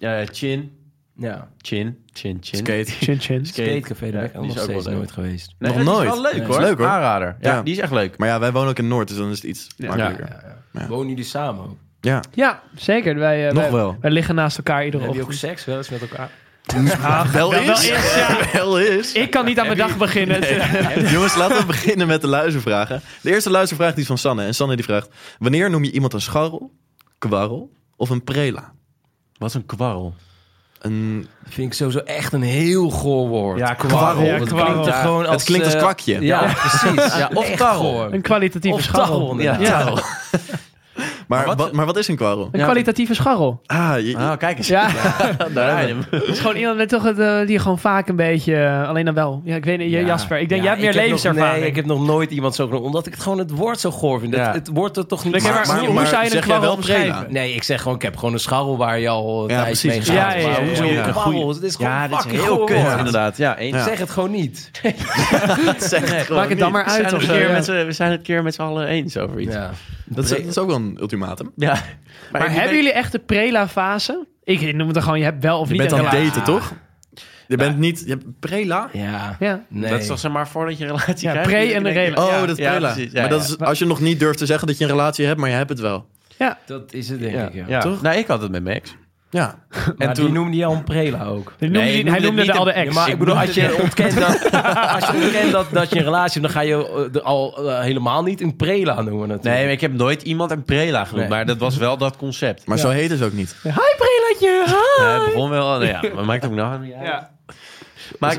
[SPEAKER 4] Ja, chin.
[SPEAKER 9] ja,
[SPEAKER 4] Chin. Chin, chin.
[SPEAKER 6] Skate.
[SPEAKER 7] Chin chin.
[SPEAKER 9] skatecafé, daar ben ik
[SPEAKER 4] Ja,
[SPEAKER 9] ook
[SPEAKER 4] die is
[SPEAKER 9] nog
[SPEAKER 4] ook
[SPEAKER 9] steeds
[SPEAKER 4] wel leuk.
[SPEAKER 9] nooit geweest.
[SPEAKER 4] Nee,
[SPEAKER 6] Nog
[SPEAKER 4] dat
[SPEAKER 6] nooit.
[SPEAKER 4] is wel leuk
[SPEAKER 6] Ja.
[SPEAKER 4] hoor.
[SPEAKER 6] Is leuk, hoor.
[SPEAKER 4] Aanrader. Ja,
[SPEAKER 6] Ja.
[SPEAKER 4] die is echt leuk.
[SPEAKER 6] Maar ja, wij wonen ook in Noord, dus dan is het iets makkelijker. Ja,
[SPEAKER 9] Wonen jullie samen?
[SPEAKER 7] Ja, zeker. Wij, eh,
[SPEAKER 6] Nog
[SPEAKER 7] wij-
[SPEAKER 6] wel.
[SPEAKER 7] wij liggen naast elkaar iedere
[SPEAKER 9] Heb je ook
[SPEAKER 7] ochtend.
[SPEAKER 9] seks wel eens met elkaar?
[SPEAKER 6] wel,
[SPEAKER 7] wel
[SPEAKER 6] is.
[SPEAKER 7] is,
[SPEAKER 6] Wel is.
[SPEAKER 7] Ik kan niet aan mijn dag beginnen.
[SPEAKER 6] Jongens, laten we beginnen met de luistervragen. De eerste luistervraag die is van Sanne. En Sanne die vraagt, wanneer noem je iemand een scharrel, kwarrel of een prela?
[SPEAKER 4] Wat een kwarrel.
[SPEAKER 6] Een,
[SPEAKER 9] Dat vind ik sowieso echt een heel goor woord.
[SPEAKER 4] Ja, kwarrel.
[SPEAKER 7] Ja,
[SPEAKER 9] Het
[SPEAKER 7] kwarrel.
[SPEAKER 9] klinkt er gewoon als...
[SPEAKER 6] het klinkt als
[SPEAKER 9] eh,
[SPEAKER 6] kwakje.
[SPEAKER 9] Ja, precies. Ja, of tarrel.
[SPEAKER 7] Een kwalitatieve
[SPEAKER 9] Of
[SPEAKER 7] scharrel.
[SPEAKER 9] tarrel, ja.
[SPEAKER 7] Ja.
[SPEAKER 6] maar,
[SPEAKER 4] wat-
[SPEAKER 6] wat, maar wat is een kwarrel?
[SPEAKER 7] Een kwalitatieve scharrel.
[SPEAKER 6] Ah, je-
[SPEAKER 4] Ah, kijk eens.
[SPEAKER 7] Ja,
[SPEAKER 4] Daar hebben we hem.
[SPEAKER 7] het is gewoon iemand met toch het, eh, die gewoon vaak een beetje... eh, alleen dan wel. Ja, ik weet niet,
[SPEAKER 9] Ja.
[SPEAKER 7] Jasper. Ik denk,
[SPEAKER 9] Ja,
[SPEAKER 7] jij hebt meer
[SPEAKER 9] ik heb nog-
[SPEAKER 7] levenservaring.
[SPEAKER 9] nee, ik heb nog nooit iemand zo genoemd. Omdat ik het gewoon het woord zo goor vind.
[SPEAKER 4] Ja.
[SPEAKER 9] Het, het wordt er toch niet...
[SPEAKER 7] maar,
[SPEAKER 6] maar-
[SPEAKER 7] hoe,
[SPEAKER 6] maar
[SPEAKER 7] hoe zou je
[SPEAKER 6] zeg
[SPEAKER 7] een
[SPEAKER 6] jij
[SPEAKER 7] kwarrel
[SPEAKER 6] wel prela?
[SPEAKER 7] omschrijven?
[SPEAKER 9] Nee, ik zeg gewoon, ik heb gewoon een scharrel waar je al een
[SPEAKER 6] Ja,
[SPEAKER 9] tijd
[SPEAKER 6] precies.
[SPEAKER 9] mee gaat.
[SPEAKER 7] Ja, ja,
[SPEAKER 9] maar
[SPEAKER 7] ja,
[SPEAKER 9] hoezo
[SPEAKER 7] ja,
[SPEAKER 6] ja.
[SPEAKER 9] een kwarrel? Het is gewoon
[SPEAKER 4] Ja, dit is
[SPEAKER 9] fucking
[SPEAKER 4] heel
[SPEAKER 9] goor
[SPEAKER 4] kut.
[SPEAKER 9] woord.
[SPEAKER 4] Inderdaad, ja. eens.
[SPEAKER 6] Ja.
[SPEAKER 9] Zeg het gewoon niet.
[SPEAKER 7] Maak het dan maar
[SPEAKER 4] We zijn
[SPEAKER 7] uit.
[SPEAKER 4] het
[SPEAKER 7] of
[SPEAKER 4] een
[SPEAKER 7] zo,
[SPEAKER 4] keer
[SPEAKER 7] ja.
[SPEAKER 4] met z'n- We zijn het een keer met z'n allen eens over iets.
[SPEAKER 9] Ja.
[SPEAKER 6] dat, is, dat is ook wel een ultimatum.
[SPEAKER 4] Ja.
[SPEAKER 7] Maar hebben jullie echt de prela-fase? Ik noem het dan gewoon, je hebt wel of
[SPEAKER 6] Je
[SPEAKER 7] niet
[SPEAKER 6] bent
[SPEAKER 7] een
[SPEAKER 6] aan het
[SPEAKER 7] relatie.
[SPEAKER 6] daten, toch? Je bent niet... Je hebt prela?
[SPEAKER 9] Ja.
[SPEAKER 7] Ja.
[SPEAKER 9] Nee.
[SPEAKER 4] Dat is toch zeg maar voordat je een relatie
[SPEAKER 7] Ja,
[SPEAKER 4] krijgt?
[SPEAKER 7] pre- en
[SPEAKER 4] denk je,
[SPEAKER 7] rela.
[SPEAKER 6] Oh,
[SPEAKER 4] ja,
[SPEAKER 6] dat is
[SPEAKER 4] ja,
[SPEAKER 6] prela.
[SPEAKER 4] precies. Ja,
[SPEAKER 6] maar dat
[SPEAKER 4] ja.
[SPEAKER 6] is als je nog niet durft te zeggen dat je een relatie hebt, maar je hebt het wel.
[SPEAKER 9] Dat is het, denk
[SPEAKER 4] Ja,
[SPEAKER 9] ik. Ja.
[SPEAKER 4] ja.
[SPEAKER 6] Toch?
[SPEAKER 4] Nou, ik had het met Max.
[SPEAKER 6] Ja.
[SPEAKER 9] En toen noemde je al een prela ook.
[SPEAKER 7] Hij noemde,
[SPEAKER 4] Nee,
[SPEAKER 7] die-
[SPEAKER 4] ik noemde
[SPEAKER 7] hij
[SPEAKER 4] het
[SPEAKER 7] noemde
[SPEAKER 4] niet
[SPEAKER 7] de al de
[SPEAKER 4] een-
[SPEAKER 7] ex.
[SPEAKER 9] Ja, maar ik bedoel, als je ontkent dat, als je ontkent dat, dat je een relatie hebt, dan ga je eh, er al eh, helemaal niet een prela noemen natuurlijk.
[SPEAKER 4] Nee, maar ik heb nooit iemand een prela genoemd.
[SPEAKER 9] Nee.
[SPEAKER 4] Maar dat was wel dat concept.
[SPEAKER 6] Maar zo heet het ook niet.
[SPEAKER 7] Hi, prelaatje! hi.
[SPEAKER 4] Ja, het begon wel... Nou ja, maar maakt ook nou niet uit. Maakt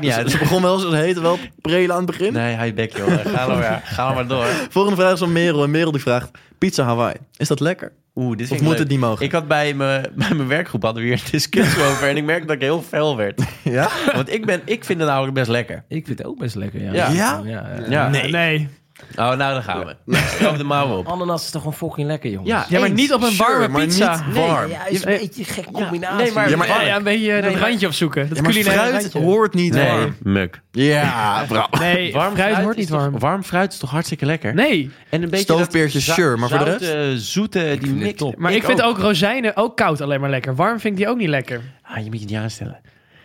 [SPEAKER 4] niet
[SPEAKER 6] Ze- Ze
[SPEAKER 4] uit.
[SPEAKER 6] Dus begon wel, ze heette wel prela aan het begin.
[SPEAKER 4] Nee, hij bek joh. Ga nou maar, ga nou maar door.
[SPEAKER 6] Volgende vraag is van Merel. En Merel die vraagt, pizza Hawaii, is dat lekker?
[SPEAKER 4] Oeh, dit
[SPEAKER 6] Of
[SPEAKER 4] vind ik
[SPEAKER 6] moet
[SPEAKER 4] leuk.
[SPEAKER 6] het niet mogen?
[SPEAKER 4] Ik had bij, me, bij mijn werkgroep hadden we hier een discussie over. En ik merkte dat ik heel fel werd.
[SPEAKER 6] Ja?
[SPEAKER 4] Want ik, ben, ik vind het namelijk best lekker.
[SPEAKER 9] Ik vind het ook best lekker, ja.
[SPEAKER 4] Ja.
[SPEAKER 6] Ja?
[SPEAKER 9] ja.
[SPEAKER 4] Ja.
[SPEAKER 7] Nee. nee.
[SPEAKER 4] Oh, nou, dan gaan we. Schrap de mouwen op.
[SPEAKER 9] Ananas is toch gewoon fucking lekker, jongens?
[SPEAKER 4] Ja,
[SPEAKER 7] Ja, maar
[SPEAKER 6] Eens,
[SPEAKER 7] niet op een
[SPEAKER 6] sure,
[SPEAKER 7] warme
[SPEAKER 6] maar
[SPEAKER 7] pizza.
[SPEAKER 6] niet
[SPEAKER 9] Nee,
[SPEAKER 6] warm.
[SPEAKER 9] ja, is een beetje een gekke combinatie.
[SPEAKER 4] nee, maar-
[SPEAKER 6] Ja, maar-
[SPEAKER 7] Ja, ja, een beetje eh, dat randje opzoeken. Dat
[SPEAKER 6] Ja, maar
[SPEAKER 7] culinaire
[SPEAKER 6] fruit
[SPEAKER 7] randje.
[SPEAKER 6] hoort niet
[SPEAKER 4] Nee,
[SPEAKER 6] warm.
[SPEAKER 4] muk.
[SPEAKER 6] Ja, bra.
[SPEAKER 7] Nee,
[SPEAKER 4] Warm
[SPEAKER 7] fruit hoort
[SPEAKER 4] is
[SPEAKER 7] niet
[SPEAKER 4] toch-
[SPEAKER 7] warm.
[SPEAKER 4] warm fruit is toch hartstikke lekker?
[SPEAKER 7] Nee,
[SPEAKER 4] En een beetje
[SPEAKER 6] Stoofpeertjes,
[SPEAKER 4] dat
[SPEAKER 6] sure, maar voor de rest?
[SPEAKER 4] zoute, zoete, die
[SPEAKER 9] vind het
[SPEAKER 4] mix.
[SPEAKER 9] top.
[SPEAKER 7] maar ik, vind ook. rozijnen ook koud alleen maar lekker. Warm vind ik die ook niet lekker.
[SPEAKER 4] Ah, je moet je niet aanstellen.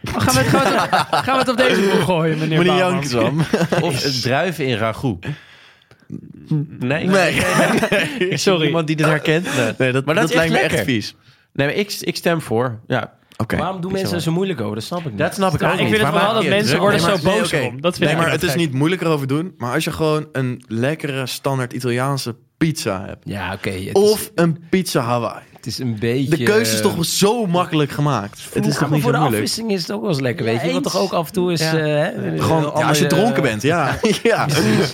[SPEAKER 7] Oh, gaan, we het, gaan, we het, gaan we het op deze boel gooien, meneer
[SPEAKER 6] Meneer
[SPEAKER 7] Bouwman?
[SPEAKER 6] Jank, Sam.
[SPEAKER 4] Of eh, druiven in ragout. Nee,
[SPEAKER 6] Nee.
[SPEAKER 4] Ik zie Iemand die dit herkent. Nee,
[SPEAKER 6] Nee, dat,
[SPEAKER 4] Maar dat
[SPEAKER 6] dat,
[SPEAKER 4] is
[SPEAKER 6] lijkt me
[SPEAKER 4] echt
[SPEAKER 6] echt vies.
[SPEAKER 4] nee maar ik, ik stem voor. Ja,
[SPEAKER 6] Oké.
[SPEAKER 9] Waarom doen mensen er zo moeilijk over? Dat snap ik niet.
[SPEAKER 4] dat snap ik
[SPEAKER 7] Ja,
[SPEAKER 4] ook
[SPEAKER 7] ik
[SPEAKER 4] niet.
[SPEAKER 7] vind het
[SPEAKER 4] Maar
[SPEAKER 7] vooral
[SPEAKER 4] maak
[SPEAKER 7] dat
[SPEAKER 4] je
[SPEAKER 7] mensen
[SPEAKER 4] druk
[SPEAKER 7] worden
[SPEAKER 4] om.
[SPEAKER 7] zo
[SPEAKER 6] Nee,
[SPEAKER 7] boos
[SPEAKER 6] oké.
[SPEAKER 7] om. Dat vind
[SPEAKER 6] Nee,
[SPEAKER 7] ik
[SPEAKER 6] maar
[SPEAKER 7] echt
[SPEAKER 6] het is
[SPEAKER 7] gek.
[SPEAKER 6] niet moeilijk erover doen. Maar als je gewoon een lekkere standaard Italiaanse pizza hebt.
[SPEAKER 9] Ja, oké. het, is,
[SPEAKER 6] Of een pizza Hawaii.
[SPEAKER 9] het is een beetje...
[SPEAKER 6] De keuze is toch zo makkelijk gemaakt. Het is
[SPEAKER 9] Ja,
[SPEAKER 6] toch
[SPEAKER 9] maar
[SPEAKER 6] niet
[SPEAKER 9] voor
[SPEAKER 6] zo
[SPEAKER 9] de
[SPEAKER 6] moeilijk.
[SPEAKER 9] afwisseling is het ook wel eens lekker, weet je. Want
[SPEAKER 4] eens.
[SPEAKER 9] toch ook af en toe is... eh, hè,
[SPEAKER 6] Gewoon
[SPEAKER 9] eh,
[SPEAKER 6] ja, als je
[SPEAKER 9] andere-
[SPEAKER 6] dronken bent, ja. ja.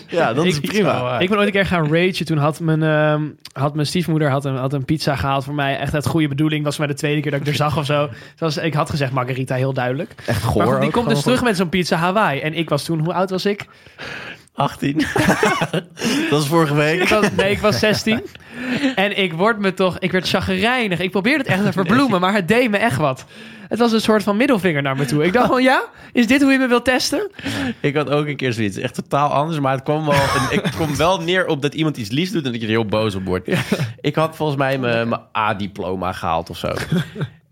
[SPEAKER 6] ja, dan is het
[SPEAKER 4] Oh, eh,
[SPEAKER 6] prima.
[SPEAKER 7] Ik ben ooit een keer gaan ragen. Toen had mijn, ehm, had mijn stiefmoeder had een, had een pizza gehaald voor mij. Echt uit goede bedoeling. Was maar de tweede keer dat ik er zag of zo. Het was- ik had gezegd margarita heel duidelijk.
[SPEAKER 6] Echt
[SPEAKER 7] Maar goed,
[SPEAKER 6] goor.
[SPEAKER 7] die
[SPEAKER 6] ook
[SPEAKER 7] komt dus
[SPEAKER 6] gewoon.
[SPEAKER 7] terug met zo'n pizza Hawaii. En ik was toen, hoe oud was ik?
[SPEAKER 4] 18.
[SPEAKER 6] Dat is vorige
[SPEAKER 7] Ik
[SPEAKER 6] week.
[SPEAKER 7] was, nee, ik was 16. En ik word me toch, ik werd chagrijnig. Ik probeerde het echt te verbloemen, maar het deed me echt wat. Het was een soort van middelvinger naar me toe. Ik dacht van, ja, is dit hoe je me wilt testen?
[SPEAKER 4] Ik had ook een keer zoiets. Echt totaal anders. Maar het kwam wel. en ik kwam wel neer op dat iemand iets liefs doet en dat je er heel boos op wordt. Ik had volgens mij mijn mijn A-diploma gehaald of zo.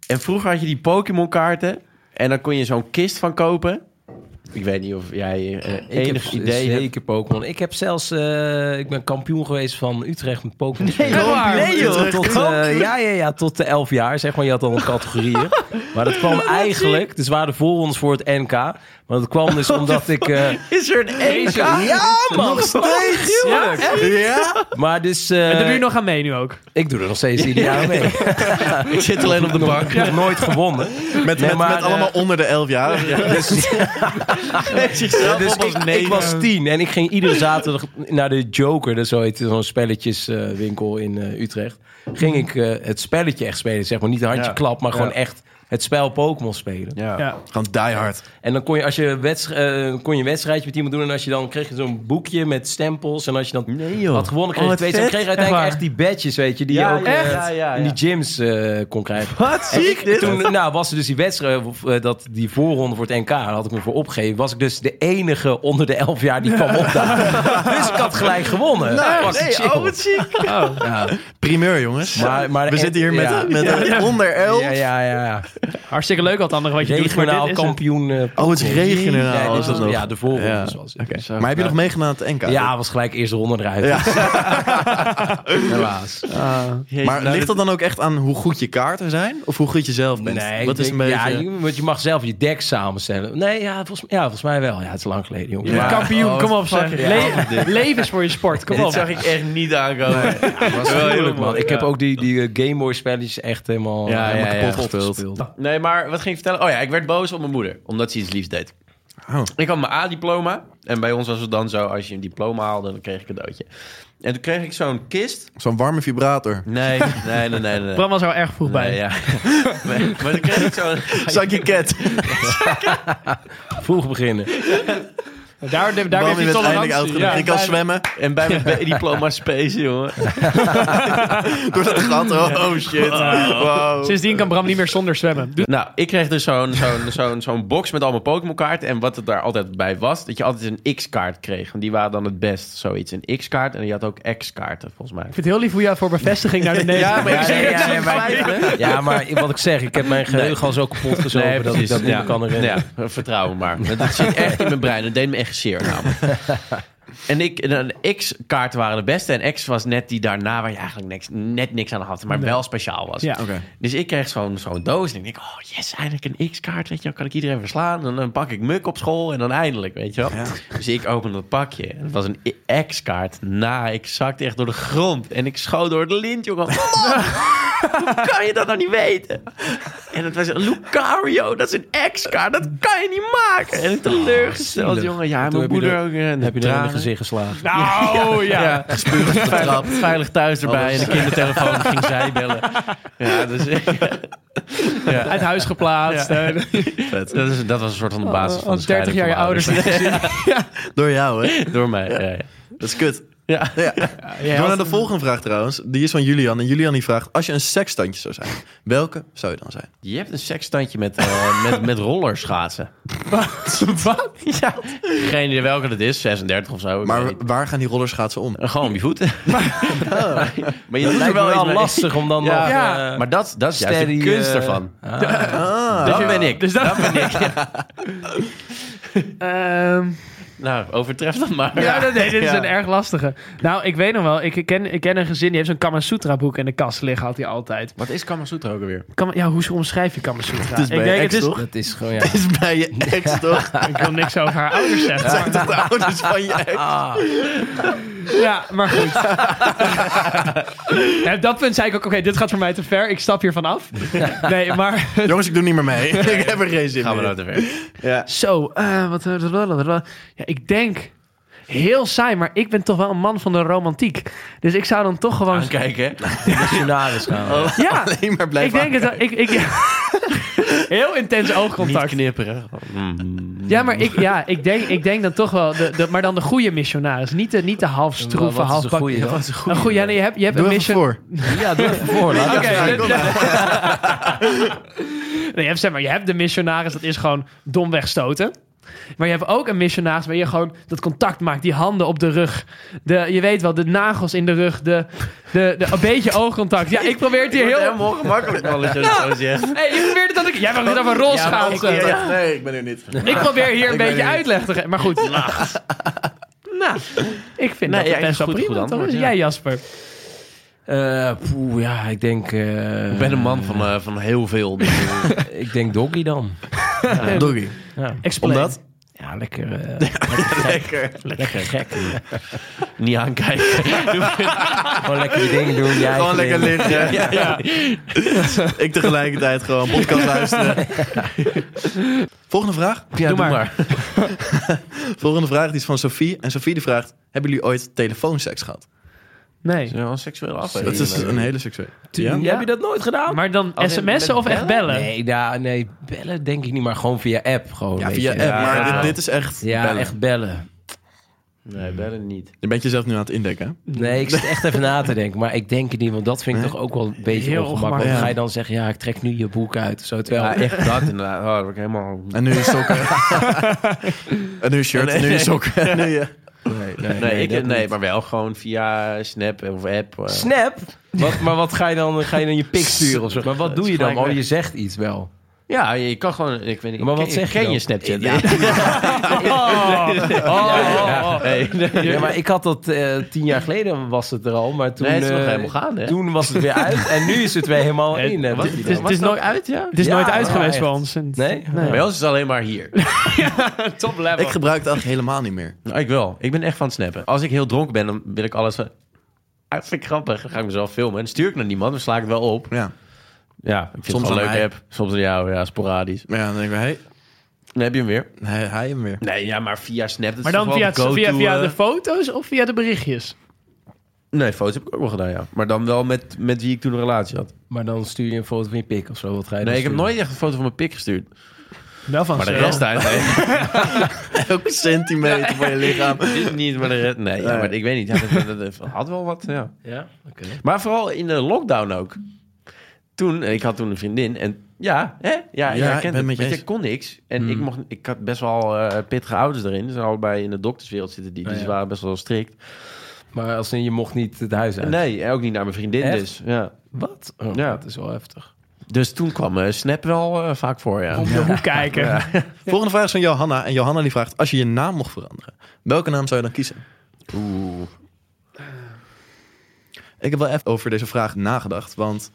[SPEAKER 4] En vroeger had je die Pokémon-kaarten. En dan kon je zo'n kist van kopen. Ik weet niet of jij eh,
[SPEAKER 9] Ik heb
[SPEAKER 4] enig idee hebt.
[SPEAKER 9] zeker Pokémon. Ik heb zelfs... eh, ik ben kampioen geweest van Utrecht met Pokémon. Nee,
[SPEAKER 7] Echt waar?
[SPEAKER 9] joh. Tot, eh, ja, ja, ja, tot de 11 jaar, zeg maar. Je had al een categorieën. maar dat kwam eigenlijk... Dus we waren voor ons voor het NK. Maar dat kwam dus omdat ik... eh,
[SPEAKER 4] Is er een één?
[SPEAKER 9] ja, man. Nog steeds. Ja,
[SPEAKER 6] Ja?
[SPEAKER 9] Maar dus... eh,
[SPEAKER 7] En daar doe je nog aan mee nu ook.
[SPEAKER 9] Ik doe er nog steeds ieder jaar mee.
[SPEAKER 4] Ik zit alleen op de
[SPEAKER 9] Nog-
[SPEAKER 4] bank.
[SPEAKER 9] Nog nooit gewonnen.
[SPEAKER 6] Met,
[SPEAKER 9] Nee,
[SPEAKER 6] met,
[SPEAKER 9] maar,
[SPEAKER 6] met
[SPEAKER 9] eh,
[SPEAKER 6] allemaal onder de 11 jaar.
[SPEAKER 9] Dus ik, ik was tien en ik ging iedere zaterdag naar de Joker, dat zo heet zo'n spelletjeswinkel in eh, Utrecht. Ging ik eh, het eh, spelletje echt spelen, zeg maar niet handje
[SPEAKER 4] Ja.
[SPEAKER 9] klap, maar gewoon
[SPEAKER 4] Ja.
[SPEAKER 9] echt het spel Pokémon spelen.
[SPEAKER 8] Ja.
[SPEAKER 6] Gewoon die hard.
[SPEAKER 9] En dan kon je, als je wedst- eh, kon je een wedstrijdje met iemand doen. En als je dan kreeg je zo'n boekje met stempels. En als je dan had gewonnen,
[SPEAKER 4] Oh,
[SPEAKER 9] kreeg je twee. En kreeg je uiteindelijk
[SPEAKER 7] waar?
[SPEAKER 9] echt die badges, weet je. Die
[SPEAKER 4] Ja,
[SPEAKER 9] je ook
[SPEAKER 4] echt?
[SPEAKER 9] eh,
[SPEAKER 4] Ja, ja,
[SPEAKER 9] in
[SPEAKER 4] ja.
[SPEAKER 9] die gyms eh, kon krijgen.
[SPEAKER 6] Wat ziek
[SPEAKER 9] En Toen nou, was er dus die wedstrijd, of, eh, dat, die voorronde voor het NK, daar had ik me voor opgegeven. Was ik dus de enige onder de 11 jaar die kwam opdagen. dus ik had gelijk gewonnen.
[SPEAKER 6] Nou,
[SPEAKER 9] Fucking chill.
[SPEAKER 6] oh, ziek.
[SPEAKER 9] Ja,
[SPEAKER 6] Primeur, jongens.
[SPEAKER 9] Maar- maar
[SPEAKER 6] We
[SPEAKER 9] echt-
[SPEAKER 6] zitten hier met,
[SPEAKER 9] ja.
[SPEAKER 6] met een onder elf.
[SPEAKER 9] ja, ja, ja. ja.
[SPEAKER 7] Hartstikke leuk wat andere wat je doet, maar dit
[SPEAKER 9] Regionaal
[SPEAKER 7] is het.
[SPEAKER 9] kampioen. eh,
[SPEAKER 6] Oh, het is
[SPEAKER 9] popcorn.
[SPEAKER 6] regionaal.
[SPEAKER 9] Nee, dit
[SPEAKER 6] is dat
[SPEAKER 9] was-
[SPEAKER 6] nog?
[SPEAKER 9] ja, de voorronde
[SPEAKER 6] Ja.
[SPEAKER 9] was het. Dus, eh,
[SPEAKER 6] Maar heb je nog meegedaan aan het NK?
[SPEAKER 9] ja, was gelijk eerst de ronde eruit. Helaas.
[SPEAKER 6] Maar
[SPEAKER 9] Nou,
[SPEAKER 6] ligt dat dan ook echt aan hoe goed je kaarten zijn? Of hoe goed je zelf bent?
[SPEAKER 9] Nee,
[SPEAKER 6] Wat
[SPEAKER 9] ik
[SPEAKER 6] is een
[SPEAKER 9] denk-
[SPEAKER 6] beetje...
[SPEAKER 9] ja, je, want je mag zelf je deck samenstellen. Nee, ja, volgens, ja, volgens mij wel. Ja, het is lang geleden, jongen.
[SPEAKER 7] Je bent
[SPEAKER 9] Maar-
[SPEAKER 7] kampioen,
[SPEAKER 4] Oh,
[SPEAKER 7] kom op zeg.
[SPEAKER 6] fucking
[SPEAKER 7] Le-
[SPEAKER 6] grappig dit.
[SPEAKER 7] leven is voor je sport, kom
[SPEAKER 4] Dit
[SPEAKER 7] op.
[SPEAKER 4] zag ik echt niet aankomen.
[SPEAKER 9] was wel
[SPEAKER 4] heel
[SPEAKER 9] man.
[SPEAKER 4] mooi,
[SPEAKER 9] Ik heb
[SPEAKER 4] ja.
[SPEAKER 9] ook die, die eh, Game Boy spelletjes echt helemaal,
[SPEAKER 4] Ja,
[SPEAKER 9] eh, helemaal
[SPEAKER 4] ja, ja.
[SPEAKER 9] kapot gespeeld.
[SPEAKER 4] Nee, maar wat ging ik vertellen? Oh ja, ik werd boos op mijn moeder, omdat ze iets liefs deed.
[SPEAKER 6] Oh.
[SPEAKER 4] Ik had mijn A-diploma. En bij ons was het dan zo, als je een diploma haalde, dan kreeg ik een cadeautje. En toen kreeg ik zo'n kist.
[SPEAKER 6] Zo'n warme vibrator.
[SPEAKER 4] Nee, nee, nee, nee. nee, nee.
[SPEAKER 7] Bram was er wel erg vroeg bij.
[SPEAKER 4] Nee, ja. Nee, maar toen kreeg ik zo'n...
[SPEAKER 6] Zak je cat.
[SPEAKER 9] Vroeg beginnen.
[SPEAKER 7] Daar, daar, daar
[SPEAKER 6] Bam,
[SPEAKER 7] heb
[SPEAKER 6] je
[SPEAKER 7] je
[SPEAKER 6] bent eindelijk oud
[SPEAKER 7] tolerantie.
[SPEAKER 6] genoeg.
[SPEAKER 7] Ja.
[SPEAKER 6] Ik kan zwemmen
[SPEAKER 4] En bij mijn B-diploma space, jongen.
[SPEAKER 6] door dat gat. Oh, shit. Wow.
[SPEAKER 7] Sindsdien kan Bram niet meer zonder zwemmen. Doe-
[SPEAKER 4] Nou, ik kreeg dus zo'n zo'n zo'n zo'n box met al mijn Pokémon-kaarten. En wat het daar altijd bij was, dat je altijd een X-kaart kreeg. Want die waren dan het best, zoiets. Een X-kaart en je had ook X-kaarten, volgens mij.
[SPEAKER 7] Ik vind het heel lief hoe je voor bevestiging naar de Nederlandse...
[SPEAKER 4] maar ik
[SPEAKER 9] Ja,
[SPEAKER 4] zeg
[SPEAKER 9] ja,
[SPEAKER 4] het
[SPEAKER 9] ja, ja, maar- Ja, maar wat ik zeg, ik heb mijn geheugen al zo kapot gezogen dat ik
[SPEAKER 4] precies.
[SPEAKER 9] dat niet
[SPEAKER 4] Ja.
[SPEAKER 9] meer kan herinneren.
[SPEAKER 4] Ja, vertrouwen maar. Dat zit echt in mijn brein. Dat deed me echt zeer namelijk. En ik, en een X-kaart waren de beste. En X was net die daarna waar je eigenlijk niks, net niks aan had, maar wel speciaal was.
[SPEAKER 7] Ja.
[SPEAKER 6] Oké.
[SPEAKER 4] Dus ik kreeg zo'n zo'n doos. En ik denk, oh yes, eindelijk een X-kaart. Weet je, dan kan ik iedereen verslaan. En dan pak ik muk op school. En dan eindelijk, weet je wel. Dus ik open dat pakje. En het was een I- X-kaart. Nou, ik zakte echt door de grond. En ik schoot door het lint, jongen. Man, Hoe kan je dat nou niet weten? En het was een Lucario. Dat is een X-kaart. Dat kan je niet maken. En ik teleurgesteld,
[SPEAKER 9] Oh, zielig.
[SPEAKER 4] jongen. Ja,
[SPEAKER 9] Toen
[SPEAKER 4] mijn
[SPEAKER 9] heb je
[SPEAKER 4] moeder
[SPEAKER 9] er-
[SPEAKER 4] ook. eh,
[SPEAKER 9] Heb je er in
[SPEAKER 4] tranen.
[SPEAKER 9] het gezicht geslagen?
[SPEAKER 7] Nou, ja.
[SPEAKER 4] Ja, veilig, veilig thuis erbij.
[SPEAKER 9] Oh.
[SPEAKER 6] Alles.
[SPEAKER 4] En de kindertelefoon ging zij bellen. Ja, dus
[SPEAKER 7] Uit huis geplaatst. eh,
[SPEAKER 4] Dat, is, dat was een soort van de basis van
[SPEAKER 7] Als
[SPEAKER 4] de
[SPEAKER 7] 30 Oh,
[SPEAKER 4] scheiding
[SPEAKER 7] jaar je
[SPEAKER 4] van
[SPEAKER 7] ouders niet gezien.
[SPEAKER 6] Door jou, hè?
[SPEAKER 4] Door mij, ja. ja.
[SPEAKER 6] Dat is kut.
[SPEAKER 4] Ja.
[SPEAKER 6] Ja. Door naar de volgende vraag trouwens. Die is van Julian. En Julian die vraagt, als je een seksstandje zou zijn, welke zou je dan zijn?
[SPEAKER 4] Je hebt een seksstandje met, eh met, met rollerschaatsen.
[SPEAKER 7] Wat?
[SPEAKER 4] Ja. Geen idee welke dat is, 36 of zo. ik weet
[SPEAKER 6] Maar
[SPEAKER 4] niet. Eh,
[SPEAKER 6] waar gaan die rollerschaatsen om?
[SPEAKER 4] Gewoon om je voeten. Maar, maar je
[SPEAKER 9] Het
[SPEAKER 4] doet
[SPEAKER 9] lijkt
[SPEAKER 4] er
[SPEAKER 9] me
[SPEAKER 4] wel iets
[SPEAKER 9] wel
[SPEAKER 4] mee.
[SPEAKER 9] lastig om dan
[SPEAKER 4] Ja.
[SPEAKER 9] nog...
[SPEAKER 7] Ja.
[SPEAKER 9] eh,
[SPEAKER 4] Maar dat, dat is juist
[SPEAKER 9] steady,
[SPEAKER 4] de kunst
[SPEAKER 9] eh,
[SPEAKER 4] ervan.
[SPEAKER 9] ah.
[SPEAKER 4] dat ben ik.
[SPEAKER 7] Dus dat, ben ik.
[SPEAKER 4] Nou, overtref dat maar.
[SPEAKER 7] Ehm, ja, dat- nee, dit is
[SPEAKER 4] Ja.
[SPEAKER 7] een erg lastige. Nou, ik weet nog wel. Ik ken, ik ken een gezin die heeft zo'n Kama Sutra boek in de kast liggen. Had hij altijd.
[SPEAKER 4] Wat is Kamasutra ook alweer?
[SPEAKER 7] Kama- ja, hoe omschrijf je Kama Sutra?
[SPEAKER 6] Het is bij
[SPEAKER 7] ik
[SPEAKER 6] je
[SPEAKER 7] denk, het
[SPEAKER 6] ex,
[SPEAKER 7] is,
[SPEAKER 6] toch?
[SPEAKER 9] Dat is gewoon, ja.
[SPEAKER 6] Het is bij je ex, toch?
[SPEAKER 7] Ik wil niks over haar ouders zeggen.
[SPEAKER 6] Zijn toch de ouders van je ex?
[SPEAKER 7] Ja, maar goed. Ja, op dat punt zei ik ook, oké, dit gaat voor mij te ver. Ik stap hiervan af. Nee, maar...
[SPEAKER 6] Jongens, ik doe niet meer mee. Ik heb er geen zin
[SPEAKER 4] Gaan we
[SPEAKER 6] meer
[SPEAKER 4] nou te ver.
[SPEAKER 6] Ja.
[SPEAKER 7] Zo, eh, wat... Ja, ik denk... Heel saai, maar ik ben toch wel een man van de romantiek. Dus ik zou dan toch gewoon...
[SPEAKER 4] Aankijken.
[SPEAKER 9] missionaris
[SPEAKER 4] Oh,
[SPEAKER 9] gaan.
[SPEAKER 7] Ja,
[SPEAKER 6] Alleen maar
[SPEAKER 7] ik
[SPEAKER 6] blijven
[SPEAKER 7] denk het wel. Ik, ik, heel intens
[SPEAKER 4] Niet
[SPEAKER 7] oogcontact.
[SPEAKER 4] knipperen.
[SPEAKER 7] Ja, maar ik, ja, ik, denk, ik denk dan toch wel... De, de, maar dan de goede missionaris. Niet de, niet de half
[SPEAKER 9] Wat is
[SPEAKER 7] stroeve,
[SPEAKER 9] een
[SPEAKER 7] half bak-
[SPEAKER 9] goeie,
[SPEAKER 7] Een
[SPEAKER 9] hoor.
[SPEAKER 7] goeie, Nou, ja, nee, je hebt, je hebt
[SPEAKER 6] Doe
[SPEAKER 7] een
[SPEAKER 6] even
[SPEAKER 7] mission...
[SPEAKER 6] voor.
[SPEAKER 9] Ja, doe even voor. laat
[SPEAKER 7] Oké,
[SPEAKER 9] even-
[SPEAKER 7] dit- nee, je hebt, zeg maar, je hebt de missionaris, dat is gewoon dom wegstoten. Maar je hebt ook een missionaris waar je gewoon dat contact maakt. Die handen op de rug. De, je weet wel, de nagels in de rug. De, de, de, een beetje oogcontact. Ja, ik probeer het hier heel...
[SPEAKER 4] Helemaal ongemakkelijk, man, als je dat zo zegt.
[SPEAKER 7] Hey, je probeert het dat ik... Jij wil niet over rolschaatsen.
[SPEAKER 6] Nee, ik ben er niet.
[SPEAKER 7] Ik probeer hier een
[SPEAKER 6] ben
[SPEAKER 7] beetje
[SPEAKER 6] er niet.
[SPEAKER 7] uitleg te geven. Maar goed. Nou, ik vind
[SPEAKER 4] Nee,
[SPEAKER 7] dat
[SPEAKER 4] ja,
[SPEAKER 7] het best wel
[SPEAKER 4] goed-
[SPEAKER 7] prima.
[SPEAKER 4] goed
[SPEAKER 7] toch? Dus
[SPEAKER 4] antwoord, ja.
[SPEAKER 7] Jij Jasper.
[SPEAKER 9] Eh, poeh, ja, ik denk... eh,
[SPEAKER 4] Ik ben een man van, eh, van heel veel. dingen.
[SPEAKER 9] Ik denk Doggy dan.
[SPEAKER 6] Doggy.
[SPEAKER 7] Explain.
[SPEAKER 6] Omdat?
[SPEAKER 9] Ja, lekker... eh, lekker gek. Lekker gek.
[SPEAKER 4] Niet aankijken.
[SPEAKER 9] Gewoon lekker je dingen doen. jij
[SPEAKER 6] Gewoon lekker liggen. ik tegelijkertijd gewoon podcast luisteren. Volgende vraag.
[SPEAKER 4] Ja, doe maar.
[SPEAKER 6] Volgende vraag die is van Sophie. En Sophie die vraagt, hebben jullie ooit telefoonseks gehad?
[SPEAKER 7] Nee.
[SPEAKER 4] is wel een seksuele afwijking.
[SPEAKER 6] Dat is een hele succes. Ja?
[SPEAKER 9] Heb je dat nooit gedaan?
[SPEAKER 7] Maar dan
[SPEAKER 4] Als in
[SPEAKER 7] sms'en
[SPEAKER 4] met
[SPEAKER 7] of echt bellen?
[SPEAKER 9] Nee, ja, nee, bellen denk ik niet, maar gewoon via app. Gewoon,
[SPEAKER 6] Ja,
[SPEAKER 9] weet
[SPEAKER 6] via
[SPEAKER 9] je.
[SPEAKER 6] app. Maar
[SPEAKER 4] Ja.
[SPEAKER 6] dit, dit is echt...
[SPEAKER 9] Ja,
[SPEAKER 6] bellen.
[SPEAKER 9] echt bellen.
[SPEAKER 4] Nee, bellen niet.
[SPEAKER 6] Je bent jezelf nu aan het indekken. hè?
[SPEAKER 9] Nee, ik zit echt even na te denken. Maar ik denk het niet, want dat vind ik
[SPEAKER 6] Nee?
[SPEAKER 9] toch ook wel een beetje
[SPEAKER 7] Heel
[SPEAKER 9] ongemakkelijk.
[SPEAKER 6] ongemakkelijk.
[SPEAKER 9] Ga je dan zeggen, ja, ik trek nu je boek uit of zo. Terwijl,
[SPEAKER 4] Ja, echt dat inderdaad. Oh, dat word ik helemaal...
[SPEAKER 6] En nu je sokken. en nu je shirt. En nu je sokken. En nu je...
[SPEAKER 9] nee, nee,
[SPEAKER 4] Nee, ik,
[SPEAKER 9] dat
[SPEAKER 4] nee
[SPEAKER 9] niet.
[SPEAKER 4] maar wel gewoon via Snap of app. eh.
[SPEAKER 9] Snap? Wat, maar wat ga je dan? Ga je dan je pik sturen of zo? Maar wat doe je dan?
[SPEAKER 4] gelijk
[SPEAKER 9] Oh,
[SPEAKER 4] weg.
[SPEAKER 9] je zegt iets wel.
[SPEAKER 4] Ja, je kan gewoon... Ik weet niet,
[SPEAKER 9] Maar wat
[SPEAKER 4] ken,
[SPEAKER 9] zeg je
[SPEAKER 4] ken
[SPEAKER 9] dan?
[SPEAKER 4] je Snapchat?
[SPEAKER 9] Ja. Oh.
[SPEAKER 4] Oh, nee, nee.
[SPEAKER 9] Ja, maar ik had dat eh, tien jaar geleden was het er al, maar toen...
[SPEAKER 4] Nee, het is nog
[SPEAKER 9] eh,
[SPEAKER 4] helemaal gaande, hè?
[SPEAKER 9] Toen was het weer uit en nu is het weer helemaal in. hè.
[SPEAKER 7] Het is, het is nooit,
[SPEAKER 4] uit, ja?
[SPEAKER 7] het is
[SPEAKER 9] Ja,
[SPEAKER 7] nooit uit
[SPEAKER 9] ja,
[SPEAKER 7] geweest
[SPEAKER 9] echt.
[SPEAKER 7] bij ons. En-
[SPEAKER 9] Nee?
[SPEAKER 4] Bij ons is het alleen maar hier.
[SPEAKER 7] Top level.
[SPEAKER 6] Ik gebruik dat helemaal niet meer.
[SPEAKER 4] Nou, ik wel. Ik ben echt van het snappen. Als ik heel dronken ben, dan wil ik alles... van- Ah, Dat vind ik grappig. Dan ga ik mezelf filmen. En dan stuur ik naar niemand, dan sla ik het wel op.
[SPEAKER 6] Ja.
[SPEAKER 4] Ja, ik vind
[SPEAKER 6] Soms
[SPEAKER 4] het wel
[SPEAKER 6] aan
[SPEAKER 4] een leuke
[SPEAKER 6] mij.
[SPEAKER 4] app. Soms aan jou, ja, sporadisch.
[SPEAKER 6] Maar ja, dan denk ik, hé, hey,
[SPEAKER 4] Dan heb je hem weer.
[SPEAKER 6] hij, hij hem weer.
[SPEAKER 4] Nee, ja, maar via Snap. dat
[SPEAKER 7] Maar
[SPEAKER 4] is
[SPEAKER 7] dan
[SPEAKER 4] toch
[SPEAKER 7] via,
[SPEAKER 4] wel
[SPEAKER 7] het-
[SPEAKER 4] de
[SPEAKER 7] via,
[SPEAKER 4] go-to,
[SPEAKER 7] via
[SPEAKER 4] eh.
[SPEAKER 7] de foto's of via de berichtjes?
[SPEAKER 4] Nee, foto's heb ik ook wel gedaan, ja. Maar dan wel met, met wie ik toen een relatie had.
[SPEAKER 9] Maar dan stuur je een foto van je pik of zo. Wat ga je dan
[SPEAKER 4] Nee, ik heb
[SPEAKER 9] sturen?
[SPEAKER 4] nooit echt een foto van mijn pik gestuurd.
[SPEAKER 7] Wel van
[SPEAKER 4] Maar de rest eigenlijk
[SPEAKER 6] Elke centimeter van je lichaam.
[SPEAKER 4] is niet, maar de rest... Nee, ja, maar ik weet niet. Ja, dat- dat, dat had wel wat, ja.
[SPEAKER 9] Ja, oké.
[SPEAKER 4] Maar vooral in de lockdown ook. Toen, ik had toen een vriendin en ja, hè? Ja,
[SPEAKER 6] ik
[SPEAKER 4] ja,
[SPEAKER 6] ben
[SPEAKER 4] ik ken
[SPEAKER 6] het
[SPEAKER 4] het.
[SPEAKER 6] met je
[SPEAKER 4] Want
[SPEAKER 6] eens.
[SPEAKER 4] je kon niks. En ik, mocht, ik had best wel eh, pittige ouders erin. Ze zijn allebei in de dokterswereld zitten die.
[SPEAKER 9] Ah,
[SPEAKER 6] Oh,
[SPEAKER 4] Dus ze
[SPEAKER 9] ja.
[SPEAKER 4] waren best wel strikt.
[SPEAKER 9] Maar als in, je mocht niet het huis uit.
[SPEAKER 4] Nee, en ook niet naar mijn vriendin
[SPEAKER 9] Echt?
[SPEAKER 4] dus. Ja.
[SPEAKER 9] Wat? Oh,
[SPEAKER 4] Ja.
[SPEAKER 9] Dat is wel heftig.
[SPEAKER 4] Dus toen kwam eh, Snap wel eh, vaak voor, ja.
[SPEAKER 7] Om de hoek kijken.
[SPEAKER 6] Volgende vraag is van Johanna. En Johanna die vraagt, als je je naam mocht veranderen, welke naam zou je dan kiezen?
[SPEAKER 4] Oeh.
[SPEAKER 6] Ik heb wel even over deze vraag nagedacht, want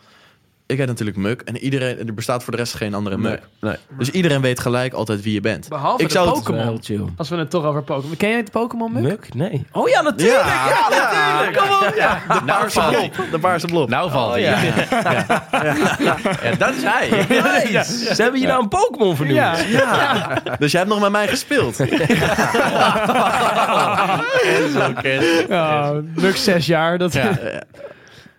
[SPEAKER 6] ik heet natuurlijk Muk. En iedereen, en er bestaat voor de rest geen andere Muk.
[SPEAKER 4] Nee.
[SPEAKER 6] Dus iedereen weet gelijk altijd wie je bent.
[SPEAKER 7] Behalve
[SPEAKER 6] Ik
[SPEAKER 7] de
[SPEAKER 6] zou het
[SPEAKER 9] Dat is wel
[SPEAKER 7] Pokémon.
[SPEAKER 9] heel chill.
[SPEAKER 7] Als we het toch over Pokémon... Ken jij het Pokémon, Muk?
[SPEAKER 9] Muk? Nee. Oh ja, natuurlijk. Ja, natuurlijk. Kom op. Ja.
[SPEAKER 6] De paarse blob. De paarse blob.
[SPEAKER 7] Oh,
[SPEAKER 4] Nou valt hij. ja. Ja, dat is hij.
[SPEAKER 9] Nice. Ze hebben je nou een Pokémon vernoemd.
[SPEAKER 7] Ja.
[SPEAKER 6] Dus jij hebt nog met mij gespeeld.
[SPEAKER 7] Ja, Oh, Muk zes jaar. Dat...
[SPEAKER 4] Ja.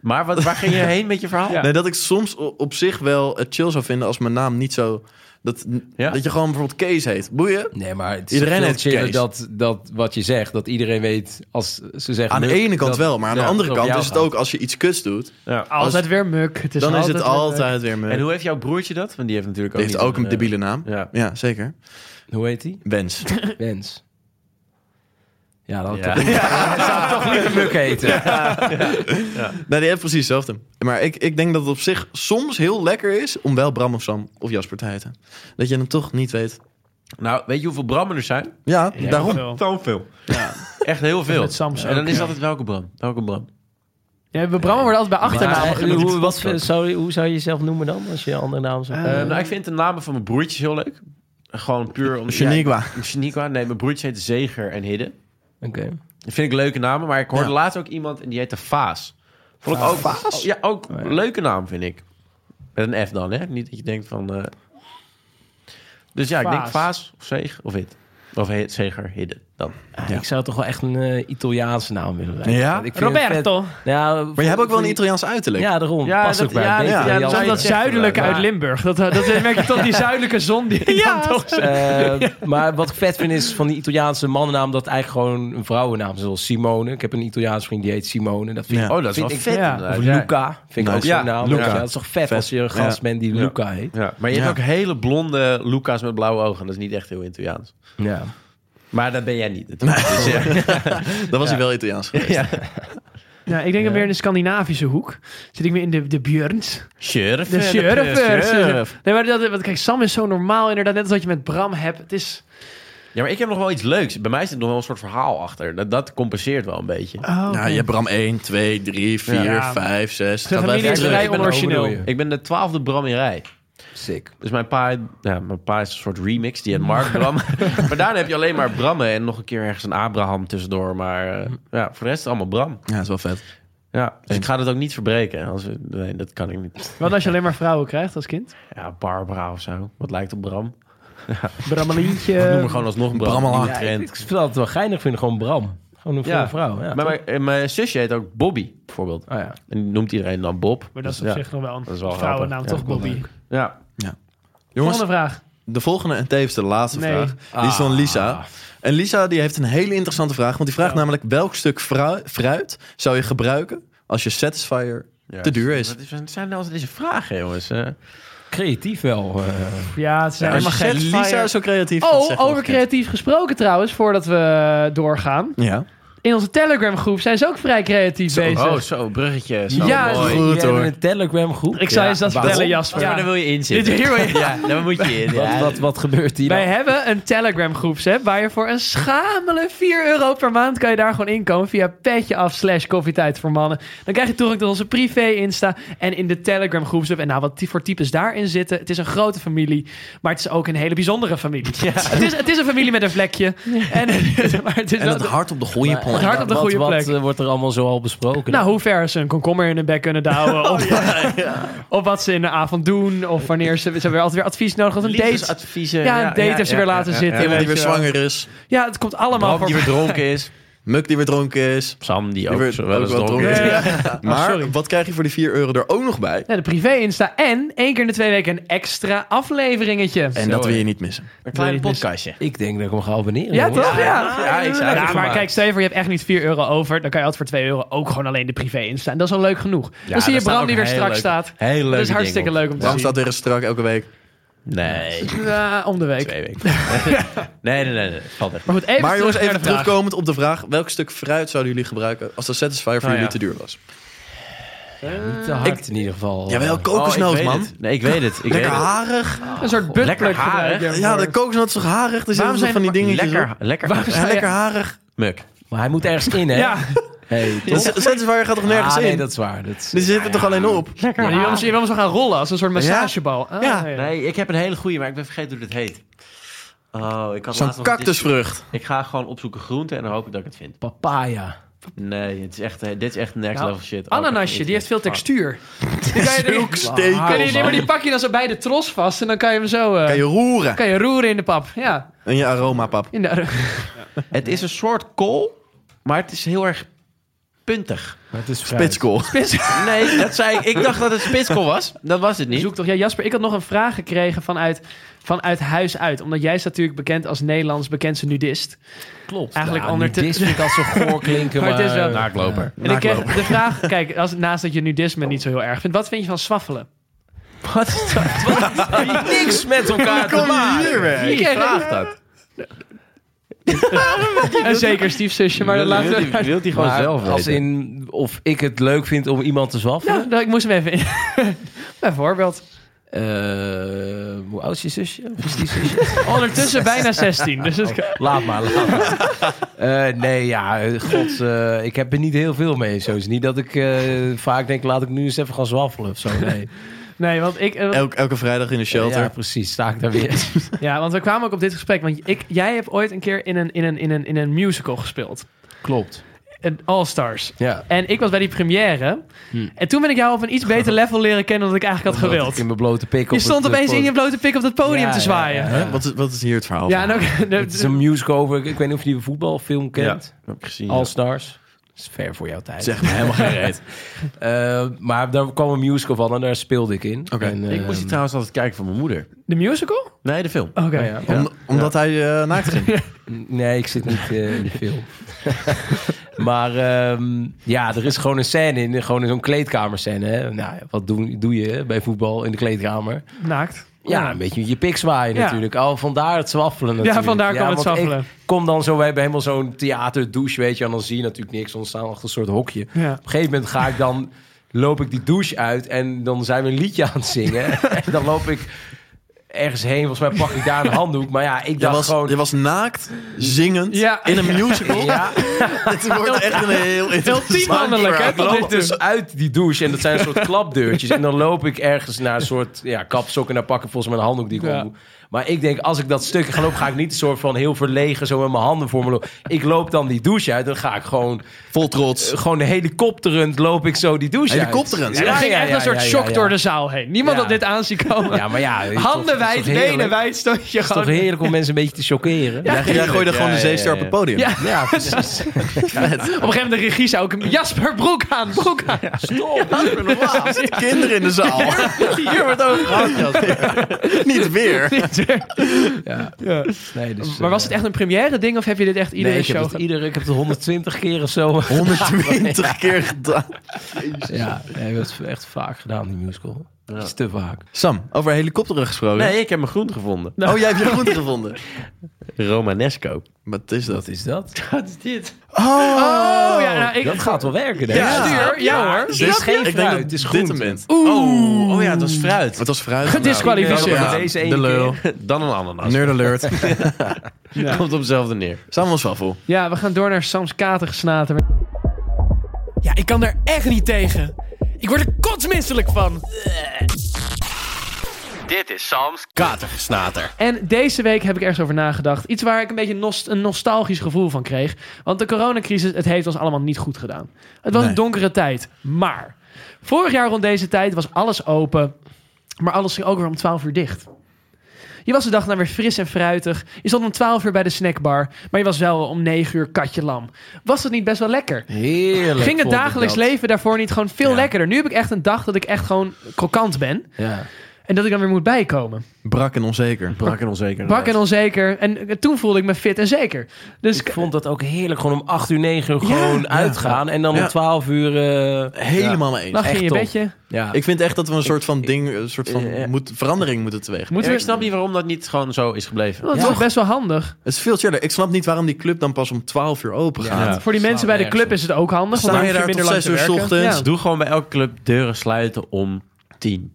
[SPEAKER 4] Maar wat, waar ging je heen met je verhaal?
[SPEAKER 7] Ja.
[SPEAKER 6] Nee, dat ik soms o- op zich wel het chill zou vinden als mijn naam niet zo... Dat,
[SPEAKER 4] Ja.
[SPEAKER 6] dat je gewoon bijvoorbeeld Kees heet. Boeien?
[SPEAKER 9] Nee, maar het is
[SPEAKER 6] Iedereen
[SPEAKER 9] iedereen
[SPEAKER 6] heeft
[SPEAKER 9] heeft chiller dat,
[SPEAKER 6] Kees.
[SPEAKER 9] dat wat je zegt, dat iedereen weet als ze zeggen...
[SPEAKER 6] Aan de
[SPEAKER 9] Muk,
[SPEAKER 6] ene kant
[SPEAKER 9] dat-
[SPEAKER 6] wel, maar aan de
[SPEAKER 9] ja,
[SPEAKER 6] andere
[SPEAKER 9] dat het
[SPEAKER 6] kant
[SPEAKER 9] over
[SPEAKER 6] is het
[SPEAKER 9] jou
[SPEAKER 6] ook als je iets kuts doet,
[SPEAKER 7] Altijd weer Muk. Het is
[SPEAKER 6] dan is het
[SPEAKER 7] weer Muk.
[SPEAKER 6] altijd weer Muk.
[SPEAKER 4] En hoe heeft jouw broertje dat? Want die heeft natuurlijk ook,
[SPEAKER 6] Die heeft ook een
[SPEAKER 4] debiel.
[SPEAKER 6] debiele naam.
[SPEAKER 4] Ja.
[SPEAKER 6] Ja, zeker.
[SPEAKER 9] gaat. Hoe heet die?
[SPEAKER 6] Wens.
[SPEAKER 9] Wens. Ja, dan
[SPEAKER 4] Ja.
[SPEAKER 9] Toch, zou toch liever Muk heten.
[SPEAKER 6] Nee, die heeft precies hetzelfde. Maar ik, ik denk dat het op zich soms heel lekker is om wel Bram of Sam of Jasper te heten. Dat je hem toch niet weet.
[SPEAKER 4] Nou, weet je hoeveel Brammen er zijn?
[SPEAKER 6] Ja,
[SPEAKER 7] Ja,
[SPEAKER 6] daarom.
[SPEAKER 7] wel.
[SPEAKER 4] Zo veel. Echt heel veel.
[SPEAKER 7] Met Samsung.
[SPEAKER 4] en dan is altijd welke Bram? Welke Bram?
[SPEAKER 7] Ja, we Brammen worden altijd bij achternaam
[SPEAKER 9] Maar, eh,
[SPEAKER 7] genoemd.
[SPEAKER 9] hoe, wat, voor- zou, je- hoe zou je jezelf noemen dan, als je een andere naam zou
[SPEAKER 7] Eh,
[SPEAKER 9] hebben?
[SPEAKER 4] Eh, nou, ik vind de namen van mijn broertjes heel leuk. Gewoon puur om...
[SPEAKER 6] Shaniqua.
[SPEAKER 4] Ja, Shaniqua. Nee, mijn broertje heet Zeger en Hidde.
[SPEAKER 9] Oké.
[SPEAKER 4] Dat vind ik leuke namen, maar ik hoorde
[SPEAKER 6] Ja.
[SPEAKER 4] laatst ook iemand en die heette Vaas. Vond ik ook... Ah, Vaas? Ja, ook
[SPEAKER 9] Oh, ja.
[SPEAKER 4] leuke naam vind ik. Met een F dan, hè? Niet dat je denkt van... eh, Dus ja, ik denk
[SPEAKER 7] Vaas.
[SPEAKER 4] Vaas of Zeeg of Hid. Of he, Zeger, Hidde dan.
[SPEAKER 9] Ah, Ik zou toch wel echt een eh, Italiaanse naam willen lijken.
[SPEAKER 6] Ja?
[SPEAKER 9] Ik vind het vet-
[SPEAKER 7] Roberto.
[SPEAKER 9] Nou,
[SPEAKER 6] Maar je hebt ook wel een
[SPEAKER 9] voor-
[SPEAKER 6] Italiaans uiterlijk.
[SPEAKER 9] Ja, daarom.
[SPEAKER 4] Ja,
[SPEAKER 9] Past
[SPEAKER 4] dat-
[SPEAKER 9] ook bij.
[SPEAKER 4] ja,
[SPEAKER 9] Denk
[SPEAKER 6] dat-
[SPEAKER 9] aan
[SPEAKER 6] ja,
[SPEAKER 9] Jan
[SPEAKER 4] dat zou
[SPEAKER 7] Zo'n
[SPEAKER 4] je
[SPEAKER 7] dat
[SPEAKER 9] Smit.
[SPEAKER 4] zegt
[SPEAKER 7] zuidelijke
[SPEAKER 4] inderdaad.
[SPEAKER 7] uit Limburg. Dat, eh, dat merk je toch, die zuidelijke zon die ja, dan toch...
[SPEAKER 9] Eh, maar wat ik vet vind is van die Italiaanse mannennaam dat eigenlijk gewoon een vrouwennaam is, zoals Simone. Ik heb een Italiaanse vriend die heet Simone. Dat vind
[SPEAKER 6] Ja.
[SPEAKER 9] ik
[SPEAKER 4] Oh, dat is
[SPEAKER 9] vind
[SPEAKER 4] wel
[SPEAKER 9] ik-
[SPEAKER 4] vet
[SPEAKER 7] ja.
[SPEAKER 4] inderdaad.
[SPEAKER 9] Of
[SPEAKER 4] Ja.
[SPEAKER 9] Luca vind ik
[SPEAKER 6] Nice.
[SPEAKER 9] ook zo'n
[SPEAKER 4] Ja,
[SPEAKER 9] naam.
[SPEAKER 4] Luca.
[SPEAKER 9] Ja, dat is toch vet, als je een gast
[SPEAKER 6] Ja.
[SPEAKER 9] bent die
[SPEAKER 4] Ja.
[SPEAKER 9] Luca heet.
[SPEAKER 4] Ja, maar je hebt
[SPEAKER 6] Ja.
[SPEAKER 4] ook hele blonde Lucas met blauwe ogen. Dat is niet echt heel Italiaans.
[SPEAKER 9] Ja.
[SPEAKER 4] Maar dat ben jij niet. natuurlijk. Dus, ja.
[SPEAKER 6] Dan was hij wel Italiaans geweest.
[SPEAKER 4] Ja.
[SPEAKER 7] Nou, ik denk dan weer in de Scandinavische hoek. Zit ik weer in de, de Björns.
[SPEAKER 4] Sheriff.
[SPEAKER 7] De
[SPEAKER 4] eh,
[SPEAKER 7] sheriff.
[SPEAKER 4] sheriff.
[SPEAKER 7] Nee, maar dat, want kijk, Sam is zo normaal inderdaad. Net als wat je met Bram hebt. Het is...
[SPEAKER 4] Ja, maar ik heb nog wel iets leuks. Bij mij zit nog wel een soort verhaal achter. Dat, dat compenseert wel een beetje.
[SPEAKER 6] Ja, je hebt Bram 1, 2, 3, 4,
[SPEAKER 7] Ja.
[SPEAKER 6] 5, 6.
[SPEAKER 7] De familie is
[SPEAKER 4] terug.
[SPEAKER 7] vrij
[SPEAKER 4] Ik ben
[SPEAKER 7] onorigineel.
[SPEAKER 9] overdoeien.
[SPEAKER 4] Ik ben de twaalfde Bram in rij.
[SPEAKER 9] Sick.
[SPEAKER 4] Dus mijn pa, ja, mijn pa is een soort remix. Die had Mark Bram. maar daarna heb je alleen maar Brammen. En nog een keer ergens een Abraham tussendoor. Maar eh, ja, voor de rest allemaal Bram.
[SPEAKER 6] Ja, dat is wel vet.
[SPEAKER 4] Ja, dus ik ga dat ook niet verbreken. Als, we- nee, dat kan ik niet.
[SPEAKER 7] Wat als je alleen maar vrouwen krijgt als kind?
[SPEAKER 4] Ja, Barbara of zo. Wat lijkt op Bram.
[SPEAKER 7] Brammelientje.
[SPEAKER 4] Noem me gewoon alsnog een Bram.
[SPEAKER 6] Brammelaar.
[SPEAKER 4] Nieuwe
[SPEAKER 9] Ja, ik,
[SPEAKER 4] trend.
[SPEAKER 9] ik vind dat wel geinig vinden, gewoon Bram. Gewoon een voor
[SPEAKER 4] Ja.
[SPEAKER 9] vrouw. Ja,
[SPEAKER 4] maar mijn, eh, mijn zusje heet ook Bobby, bijvoorbeeld.
[SPEAKER 9] toch? Oh, ja.
[SPEAKER 4] En die noemt iedereen dan Bob.
[SPEAKER 7] Maar dat is op
[SPEAKER 4] Dus ja.
[SPEAKER 7] zich nog wel een
[SPEAKER 4] Dat is wel
[SPEAKER 7] vrouwennaam,
[SPEAKER 4] grappig.
[SPEAKER 7] toch, Bobby?
[SPEAKER 4] Ja.
[SPEAKER 6] Jongens,
[SPEAKER 7] Volgende vraag.
[SPEAKER 6] de volgende en tevens de laatste
[SPEAKER 7] Nee.
[SPEAKER 6] vraag. Die is van Lisa. En Lisa die heeft een hele interessante vraag. Want die vraagt namelijk welk stuk fru- fruit zou je gebruiken als je satisfier te duur is?
[SPEAKER 4] Wat is- Wat zijn nou altijd deze vragen, jongens? Eh,
[SPEAKER 9] Creatief wel. eh.
[SPEAKER 7] Ja, het is
[SPEAKER 6] Ja,
[SPEAKER 7] helemaal
[SPEAKER 6] als je
[SPEAKER 7] geen
[SPEAKER 6] Satisfier- Lisa is zo creatief. dat
[SPEAKER 7] Oh,
[SPEAKER 6] zegt wel
[SPEAKER 7] over
[SPEAKER 6] verkeerd.
[SPEAKER 7] creatief gesproken trouwens, voordat we eh, doorgaan.
[SPEAKER 6] Ja.
[SPEAKER 7] In onze Telegram groep zijn ze ook vrij creatief bezig.
[SPEAKER 4] Oh, zo, bruggetje. Zo
[SPEAKER 7] Ja,
[SPEAKER 4] mooi.
[SPEAKER 6] Goed,
[SPEAKER 9] Jullie hebben
[SPEAKER 6] hoor.
[SPEAKER 9] een Telegram groep.
[SPEAKER 7] Ik zou eens dat vertellen, Jasper.
[SPEAKER 4] Maar dan wil je in
[SPEAKER 7] Dit
[SPEAKER 4] zitten.
[SPEAKER 7] hier wil je-
[SPEAKER 4] Ja, dan moet je in.
[SPEAKER 9] Wat, wat, wat gebeurt hier
[SPEAKER 7] Wij
[SPEAKER 9] dan?
[SPEAKER 7] hebben een Telegram groepsapp waar je voor een schamele 4 euro per maand kan je daar gewoon inkomen via petje af slash koffietijd voor mannen. Dan krijg je toegang tot onze privé Insta en in de Telegram groepsapp. En nou, wat die voor types daarin zitten. Het is een grote familie, maar het is ook een hele bijzondere familie. Het, is, het is een familie met een vlekje. En, eh, maar het is
[SPEAKER 6] En
[SPEAKER 7] wel-
[SPEAKER 6] het hart op de goede
[SPEAKER 7] het
[SPEAKER 6] plek.
[SPEAKER 7] hart op de
[SPEAKER 9] Wat-
[SPEAKER 7] goede
[SPEAKER 9] wat,
[SPEAKER 7] plek.
[SPEAKER 9] eh, wordt er allemaal zo al besproken?
[SPEAKER 7] Nou, hoe ver ze een komkommer in hun bek kunnen douwen. of, of wat ze in de avond doen. Of wanneer ze... Ze hebben altijd weer advies nodig. Of een date.
[SPEAKER 4] Liefdesadviezen.
[SPEAKER 7] Ja, een date heeft ze weer laten zitten.
[SPEAKER 6] Iemand
[SPEAKER 7] weet
[SPEAKER 6] die weer
[SPEAKER 7] je wel.
[SPEAKER 6] zwanger is.
[SPEAKER 7] Ja, het komt allemaal
[SPEAKER 4] Bram
[SPEAKER 7] voor.
[SPEAKER 4] die weer dronken is.
[SPEAKER 6] Muk die weer dronken is.
[SPEAKER 4] Sam die
[SPEAKER 6] Die
[SPEAKER 4] ook
[SPEAKER 6] weer
[SPEAKER 4] zo wel eens dronken is.
[SPEAKER 7] dronken.
[SPEAKER 6] is. Maar
[SPEAKER 7] sorry.
[SPEAKER 6] wat krijg je voor die 4 euro er ook nog bij?
[SPEAKER 7] Ja, de privé-insta en één keer in de twee weken een extra afleveringetje.
[SPEAKER 6] En dat wil je niet missen.
[SPEAKER 4] Een
[SPEAKER 7] Wil je
[SPEAKER 4] klein
[SPEAKER 7] dit-
[SPEAKER 4] podcastje.
[SPEAKER 9] Ik denk dat ik hem ga abonneren.
[SPEAKER 7] ja,
[SPEAKER 9] jongens.
[SPEAKER 7] toch? Ja,
[SPEAKER 4] ja, ik zou het
[SPEAKER 7] Ja,
[SPEAKER 4] ook
[SPEAKER 7] maar
[SPEAKER 4] maken.
[SPEAKER 7] kijk, stel je voor, je hebt echt niet 4 euro over. Dan kan je altijd voor 2 euro ook gewoon alleen de privé-insta. En dat is al leuk genoeg. dan zie je
[SPEAKER 4] daar staan
[SPEAKER 7] Bram die
[SPEAKER 4] ook
[SPEAKER 7] weer
[SPEAKER 4] hele
[SPEAKER 7] strak
[SPEAKER 4] leuke-
[SPEAKER 7] staat.
[SPEAKER 4] Heel leuk.
[SPEAKER 7] Dat is hartstikke leuk om te
[SPEAKER 6] Waarom
[SPEAKER 7] zien.
[SPEAKER 6] staat er een strak elke week?
[SPEAKER 4] Nee,
[SPEAKER 7] Ja, om de week.
[SPEAKER 4] twee weken. nee, nee, nee, nee. Valt er.
[SPEAKER 7] Maar goed, even
[SPEAKER 6] Maar jongens,
[SPEAKER 7] terug
[SPEAKER 6] even
[SPEAKER 7] naar de vraag.
[SPEAKER 6] terugkomend op de vraag: welk stuk fruit zouden jullie gebruiken als de Satisfier voor
[SPEAKER 4] Oh,
[SPEAKER 6] jullie
[SPEAKER 4] ja.
[SPEAKER 6] te duur was?
[SPEAKER 9] Te hard in ieder geval.
[SPEAKER 6] Jawel,
[SPEAKER 4] Oh,
[SPEAKER 6] kokosnoot,
[SPEAKER 4] ik weet
[SPEAKER 6] man.
[SPEAKER 4] het. Nee, ik weet het. Ik
[SPEAKER 6] Lekker
[SPEAKER 4] weet het.
[SPEAKER 6] harig.
[SPEAKER 7] Een soort buttplug
[SPEAKER 4] Lekker haar,
[SPEAKER 7] gebruik je
[SPEAKER 6] Ja,
[SPEAKER 7] ervoor.
[SPEAKER 6] de kokosnoot is toch harig? Er zitten
[SPEAKER 7] zijn
[SPEAKER 6] toch van die
[SPEAKER 7] er
[SPEAKER 6] dingetjes op?
[SPEAKER 4] Lekker, Oh, lekker.
[SPEAKER 6] Ja, lekker harig.
[SPEAKER 4] Muk.
[SPEAKER 9] Maar hij moet ergens in, hè?
[SPEAKER 7] Ja,
[SPEAKER 9] Hey,
[SPEAKER 6] De
[SPEAKER 9] toch?
[SPEAKER 6] Satisfier gaat toch nergens
[SPEAKER 9] Ah, nee,
[SPEAKER 6] in? Dus
[SPEAKER 9] dat is waar. Dat is-
[SPEAKER 6] Die zitten er toch alleen op?
[SPEAKER 7] lekker. Je wil hem- je wil hem zo gaan rollen als een soort massagebal. Ah,
[SPEAKER 6] Ja.
[SPEAKER 4] Nee, ik heb een hele goeie, maar ik ben vergeten hoe dit heet. Oh, ik had laatst
[SPEAKER 6] Zo'n
[SPEAKER 4] nog een dis-
[SPEAKER 6] cactusvrucht.
[SPEAKER 4] Ik ga gewoon opzoeken groente en dan hoop ik dat ik het vind.
[SPEAKER 9] Papaya.
[SPEAKER 4] Nee, het is echt, dit is echt next
[SPEAKER 7] Nou,
[SPEAKER 4] level shit. Oh,
[SPEAKER 7] Ananasje, die heeft veel textuur. Die kan je, die,
[SPEAKER 6] Steek.
[SPEAKER 7] kan je- nee, maar die pak je dan zo bij de tros vast en dan kan je hem zo... eh,
[SPEAKER 6] Kan je roeren.
[SPEAKER 7] kan je roeren in de pap. Ja,
[SPEAKER 6] En je aroma, pap.
[SPEAKER 7] in de,
[SPEAKER 4] Het is een soort kool, maar het is heel erg puntig.
[SPEAKER 9] Maar het is fruit.
[SPEAKER 6] Pitskool.
[SPEAKER 4] Nee, dat zei ik. Ik dacht dat het spitskool was. Dat was het niet.
[SPEAKER 7] Zoek toch. Ja, Jasper, ik had nog een vraag gekregen vanuit, vanuit huis uit. Omdat jij staat natuurlijk bekend als Nederlands bekendste nudist.
[SPEAKER 9] Klopt.
[SPEAKER 7] Eigenlijk
[SPEAKER 9] ja,
[SPEAKER 7] onder-
[SPEAKER 9] nudist vind ik als zo goor klinken,
[SPEAKER 7] Maar
[SPEAKER 9] maar... eh,
[SPEAKER 7] het is wel-
[SPEAKER 9] Naakloper.
[SPEAKER 7] En ik kreeg de vraag, kijk, als, naast dat je nudisme niet zo heel erg vindt, wat vind je van swaffelen?
[SPEAKER 9] Niks met elkaar te maken.
[SPEAKER 7] Wie vraagt dat? en zeker stiefzusje, maar dat laten we...
[SPEAKER 4] wilt hij gewoon
[SPEAKER 9] Maar
[SPEAKER 4] zelf
[SPEAKER 9] als
[SPEAKER 4] weten.
[SPEAKER 9] in of ik het leuk vind om iemand te zwaffen.
[SPEAKER 7] Nou, nou, ik moest hem even in. Bijvoorbeeld.
[SPEAKER 9] Eh, hoe oud is je zusje? Of is die zusje?
[SPEAKER 7] Ondertussen bijna 16. Dus het kan-
[SPEAKER 9] Laat maar, laat maar. Eh, nee, ja, eh, god, eh, ik heb er niet heel veel mee. Zo is het niet dat ik eh, vaak denk, laat ik nu eens even gaan zwaffelen of zo. Nee.
[SPEAKER 7] Nee, want ik... eh,
[SPEAKER 6] Elk, elke vrijdag in de shelter.
[SPEAKER 9] Ja, precies, sta ik daar weer.
[SPEAKER 7] Ja, want we kwamen ook op dit gesprek. Want ik, jij hebt ooit een keer in een, in een, in een, in een musical gespeeld.
[SPEAKER 9] Klopt.
[SPEAKER 7] Een All Stars.
[SPEAKER 9] Ja.
[SPEAKER 7] En ik was bij die première.
[SPEAKER 9] Hm.
[SPEAKER 7] En toen ben ik jou op een iets beter level leren kennen dan ik eigenlijk had
[SPEAKER 9] Omdat
[SPEAKER 7] gewild.
[SPEAKER 9] ik In mijn blote pik.
[SPEAKER 7] Je
[SPEAKER 9] op
[SPEAKER 7] stond
[SPEAKER 9] het,
[SPEAKER 7] opeens
[SPEAKER 9] eh,
[SPEAKER 7] in je blote pik op dat podium
[SPEAKER 9] Ja,
[SPEAKER 7] te
[SPEAKER 9] ja,
[SPEAKER 7] zwaaien. Ja,
[SPEAKER 9] ja.
[SPEAKER 6] Wat, is, wat is hier het verhaal van?
[SPEAKER 7] en ook...
[SPEAKER 9] Het is een musical over, ik weet niet of je die voetbalfilm kent.
[SPEAKER 4] heb ik gezien.
[SPEAKER 9] All Stars. Dat is ver voor jouw tijd.
[SPEAKER 6] Zeg me helemaal geen reet.
[SPEAKER 9] Eh, maar daar kwam een musical van en daar speelde ik in.
[SPEAKER 6] Oké.
[SPEAKER 9] En,
[SPEAKER 4] ik
[SPEAKER 9] eh,
[SPEAKER 4] moest die trouwens altijd kijken van mijn moeder.
[SPEAKER 7] De musical?
[SPEAKER 4] Nee, de film.
[SPEAKER 7] Oké.
[SPEAKER 9] Oh, ja.
[SPEAKER 6] Om- omdat hij eh, naakt ging.
[SPEAKER 9] Nee, ik zit niet eh, in de film. maar ehm, ja, er is gewoon een scène in, gewoon in zo'n kleedkamerscène. Hè? Nou, wat doe, doe je bij voetbal in de kleedkamer?
[SPEAKER 7] Naakt.
[SPEAKER 9] Ja, een beetje met je pik zwaaien
[SPEAKER 7] Ja.
[SPEAKER 9] natuurlijk. Al vandaar het zwaffelen natuurlijk.
[SPEAKER 7] vandaar kwam het
[SPEAKER 9] want
[SPEAKER 7] zwaffelen.
[SPEAKER 9] Ik kom dan zo, we hebben helemaal zo'n theaterdouche, weet je. En dan zie je natuurlijk niks, dan staan achter een soort hokje.
[SPEAKER 7] Ja.
[SPEAKER 9] Op een gegeven moment ga ik dan, loop ik die douche uit en dan zijn we een liedje aan het zingen. en dan loop ik ergens heen, volgens mij pak ik daar een handdoek. Maar ja, ik
[SPEAKER 6] Je
[SPEAKER 9] dacht
[SPEAKER 6] was,
[SPEAKER 9] gewoon...
[SPEAKER 6] je was naakt, zingend,
[SPEAKER 7] Ja.
[SPEAKER 6] in een musical.
[SPEAKER 9] Ja,
[SPEAKER 6] Het wordt echt een heel
[SPEAKER 7] Ultiem mannelijk, hè?
[SPEAKER 9] ik loop dus uit die douche en dat zijn een soort klapdeurtjes. En dan loop ik ergens naar een soort ja, kapsok en daar pak ik volgens mij een handdoek die ik
[SPEAKER 7] Ja.
[SPEAKER 9] om. Maar ik denk, als ik dat stukje ga lopen, ga ik niet een soort van heel verlegen zo met mijn handen voor me lopen. Ik loop dan die douche uit, dan ga ik gewoon,
[SPEAKER 6] Vol trots.
[SPEAKER 9] eh, gewoon helikopterend loop ik zo die douche uit.
[SPEAKER 6] Helikopterend?
[SPEAKER 9] Ja,
[SPEAKER 7] er
[SPEAKER 9] ja,
[SPEAKER 7] ging
[SPEAKER 9] ja,
[SPEAKER 7] echt
[SPEAKER 9] ja,
[SPEAKER 7] een soort
[SPEAKER 9] ja, ja,
[SPEAKER 7] shock
[SPEAKER 9] ja.
[SPEAKER 7] door de zaal heen. Niemand
[SPEAKER 9] Ja.
[SPEAKER 7] had dit aan zien komen.
[SPEAKER 9] Ja, maar ja. het is toch-
[SPEAKER 7] Handen
[SPEAKER 9] het is
[SPEAKER 7] wijd,
[SPEAKER 9] toch heerlijk?
[SPEAKER 7] benen wijd, stond je
[SPEAKER 9] Het is
[SPEAKER 7] gewoon.
[SPEAKER 9] toch heerlijk om mensen een beetje te choqueren?
[SPEAKER 6] Jij, jij gooide gewoon de zeester op het podium.
[SPEAKER 7] Ja.
[SPEAKER 9] Ja, precies.
[SPEAKER 7] Op een gegeven moment de regie zou ook hem... Jasper, broek aan, broek aan.
[SPEAKER 6] Kinderen in de zaal. Hier wordt over Niet weer.
[SPEAKER 9] Nee, dus,
[SPEAKER 7] Maar was het echt een première ding of heb je dit echt iedere
[SPEAKER 9] nee, ik heb,
[SPEAKER 7] show
[SPEAKER 9] het
[SPEAKER 7] gedaan?
[SPEAKER 9] iedere, ik heb het 120 keer of zo.
[SPEAKER 6] 120 keer gedaan.
[SPEAKER 9] Ja, nee, we hebben het echt vaak gedaan, die musical. Dat is te vaak.
[SPEAKER 6] Sam, over helikopteren gesproken.
[SPEAKER 4] Nee, ik heb mijn groen gevonden.
[SPEAKER 6] Oh, jij hebt je groente gevonden.
[SPEAKER 4] Romanesco.
[SPEAKER 6] Wat is dat?
[SPEAKER 9] Wat is dat?
[SPEAKER 4] Wat is dit?
[SPEAKER 7] Oh, ja, nou, ik...
[SPEAKER 9] Dat gaat wel werken, denk ik.
[SPEAKER 6] Ja.
[SPEAKER 7] Stuur, ja hoor.
[SPEAKER 9] Het is geen
[SPEAKER 6] ik denk
[SPEAKER 9] fruit,
[SPEAKER 6] dat
[SPEAKER 9] het is
[SPEAKER 6] dit
[SPEAKER 9] groente.
[SPEAKER 6] hem is.
[SPEAKER 4] Oeh. Oh ja, het was fruit.
[SPEAKER 6] Het was fruit.
[SPEAKER 7] Gedisqualificeerd.
[SPEAKER 6] Ja,
[SPEAKER 9] Deze ene
[SPEAKER 6] de lul.
[SPEAKER 4] Dan een ananas.
[SPEAKER 6] Nerd alert.
[SPEAKER 4] Komt op hetzelfde neer.
[SPEAKER 6] Sam was wel vol.
[SPEAKER 7] Ja, we gaan door naar Sam's katergesnater.
[SPEAKER 3] Ja, ik kan daar echt niet tegen. Ik word er kotsmisselijk van.
[SPEAKER 4] Dit is Sam's katergesnater.
[SPEAKER 7] En deze week heb ik ergens over nagedacht. Iets waar ik een beetje nost- een nostalgisch gevoel van kreeg. Want de coronacrisis, het heeft ons allemaal niet goed gedaan. Het was een donkere tijd. Maar vorig jaar rond deze tijd was alles open. Maar alles ging ook weer om 12 uur dicht. Je was de dag na weer fris en fruitig. Je stond om 12 uur bij de snackbar. Maar je was wel om 9 uur katje lam. Was dat niet best wel lekker?
[SPEAKER 9] Heerlijk.
[SPEAKER 7] Ging het
[SPEAKER 9] vond ik
[SPEAKER 7] dagelijks
[SPEAKER 9] dat.
[SPEAKER 7] leven daarvoor niet gewoon veel lekkerder? Nu heb ik echt een dag dat ik echt gewoon krokant ben.
[SPEAKER 9] Ja.
[SPEAKER 7] En dat ik dan weer moet bijkomen.
[SPEAKER 6] Brak en onzeker.
[SPEAKER 4] Brak en onzeker.
[SPEAKER 7] Bak en onzeker. En eh, toen voelde ik me fit en zeker. Dus
[SPEAKER 9] Ik vond dat ook heerlijk. Gewoon om 8 uur, 9 uur gewoon
[SPEAKER 6] Ja.
[SPEAKER 9] uitgaan. En dan
[SPEAKER 6] Ja.
[SPEAKER 9] om 12 uur... eh,
[SPEAKER 6] Helemaal mee eens.
[SPEAKER 7] lag je in
[SPEAKER 9] echt
[SPEAKER 7] je
[SPEAKER 9] top.
[SPEAKER 7] bedje.
[SPEAKER 9] ja.
[SPEAKER 6] Nou, Ik vind echt dat we een soort van ding, een soort van
[SPEAKER 9] eh,
[SPEAKER 6] moet, verandering moeten teweeg.
[SPEAKER 7] Moeten
[SPEAKER 4] Ik
[SPEAKER 7] we...
[SPEAKER 4] snap niet waarom dat niet gewoon zo is gebleven.
[SPEAKER 7] Dat is toch best wel handig.
[SPEAKER 6] Het is veel chiller. Ik snap niet waarom die club dan pas om 12 uur open gaat.
[SPEAKER 7] Voor die mensen bij de club is het ook handig. Want
[SPEAKER 6] Sta
[SPEAKER 7] dan
[SPEAKER 6] je
[SPEAKER 7] hoef je
[SPEAKER 6] daar
[SPEAKER 7] minder
[SPEAKER 6] tot
[SPEAKER 7] lang
[SPEAKER 6] 6
[SPEAKER 7] te
[SPEAKER 6] uur 's
[SPEAKER 7] werken.
[SPEAKER 6] ochtends?
[SPEAKER 7] Ja.
[SPEAKER 4] Doe gewoon bij elke club deuren sluiten om tien.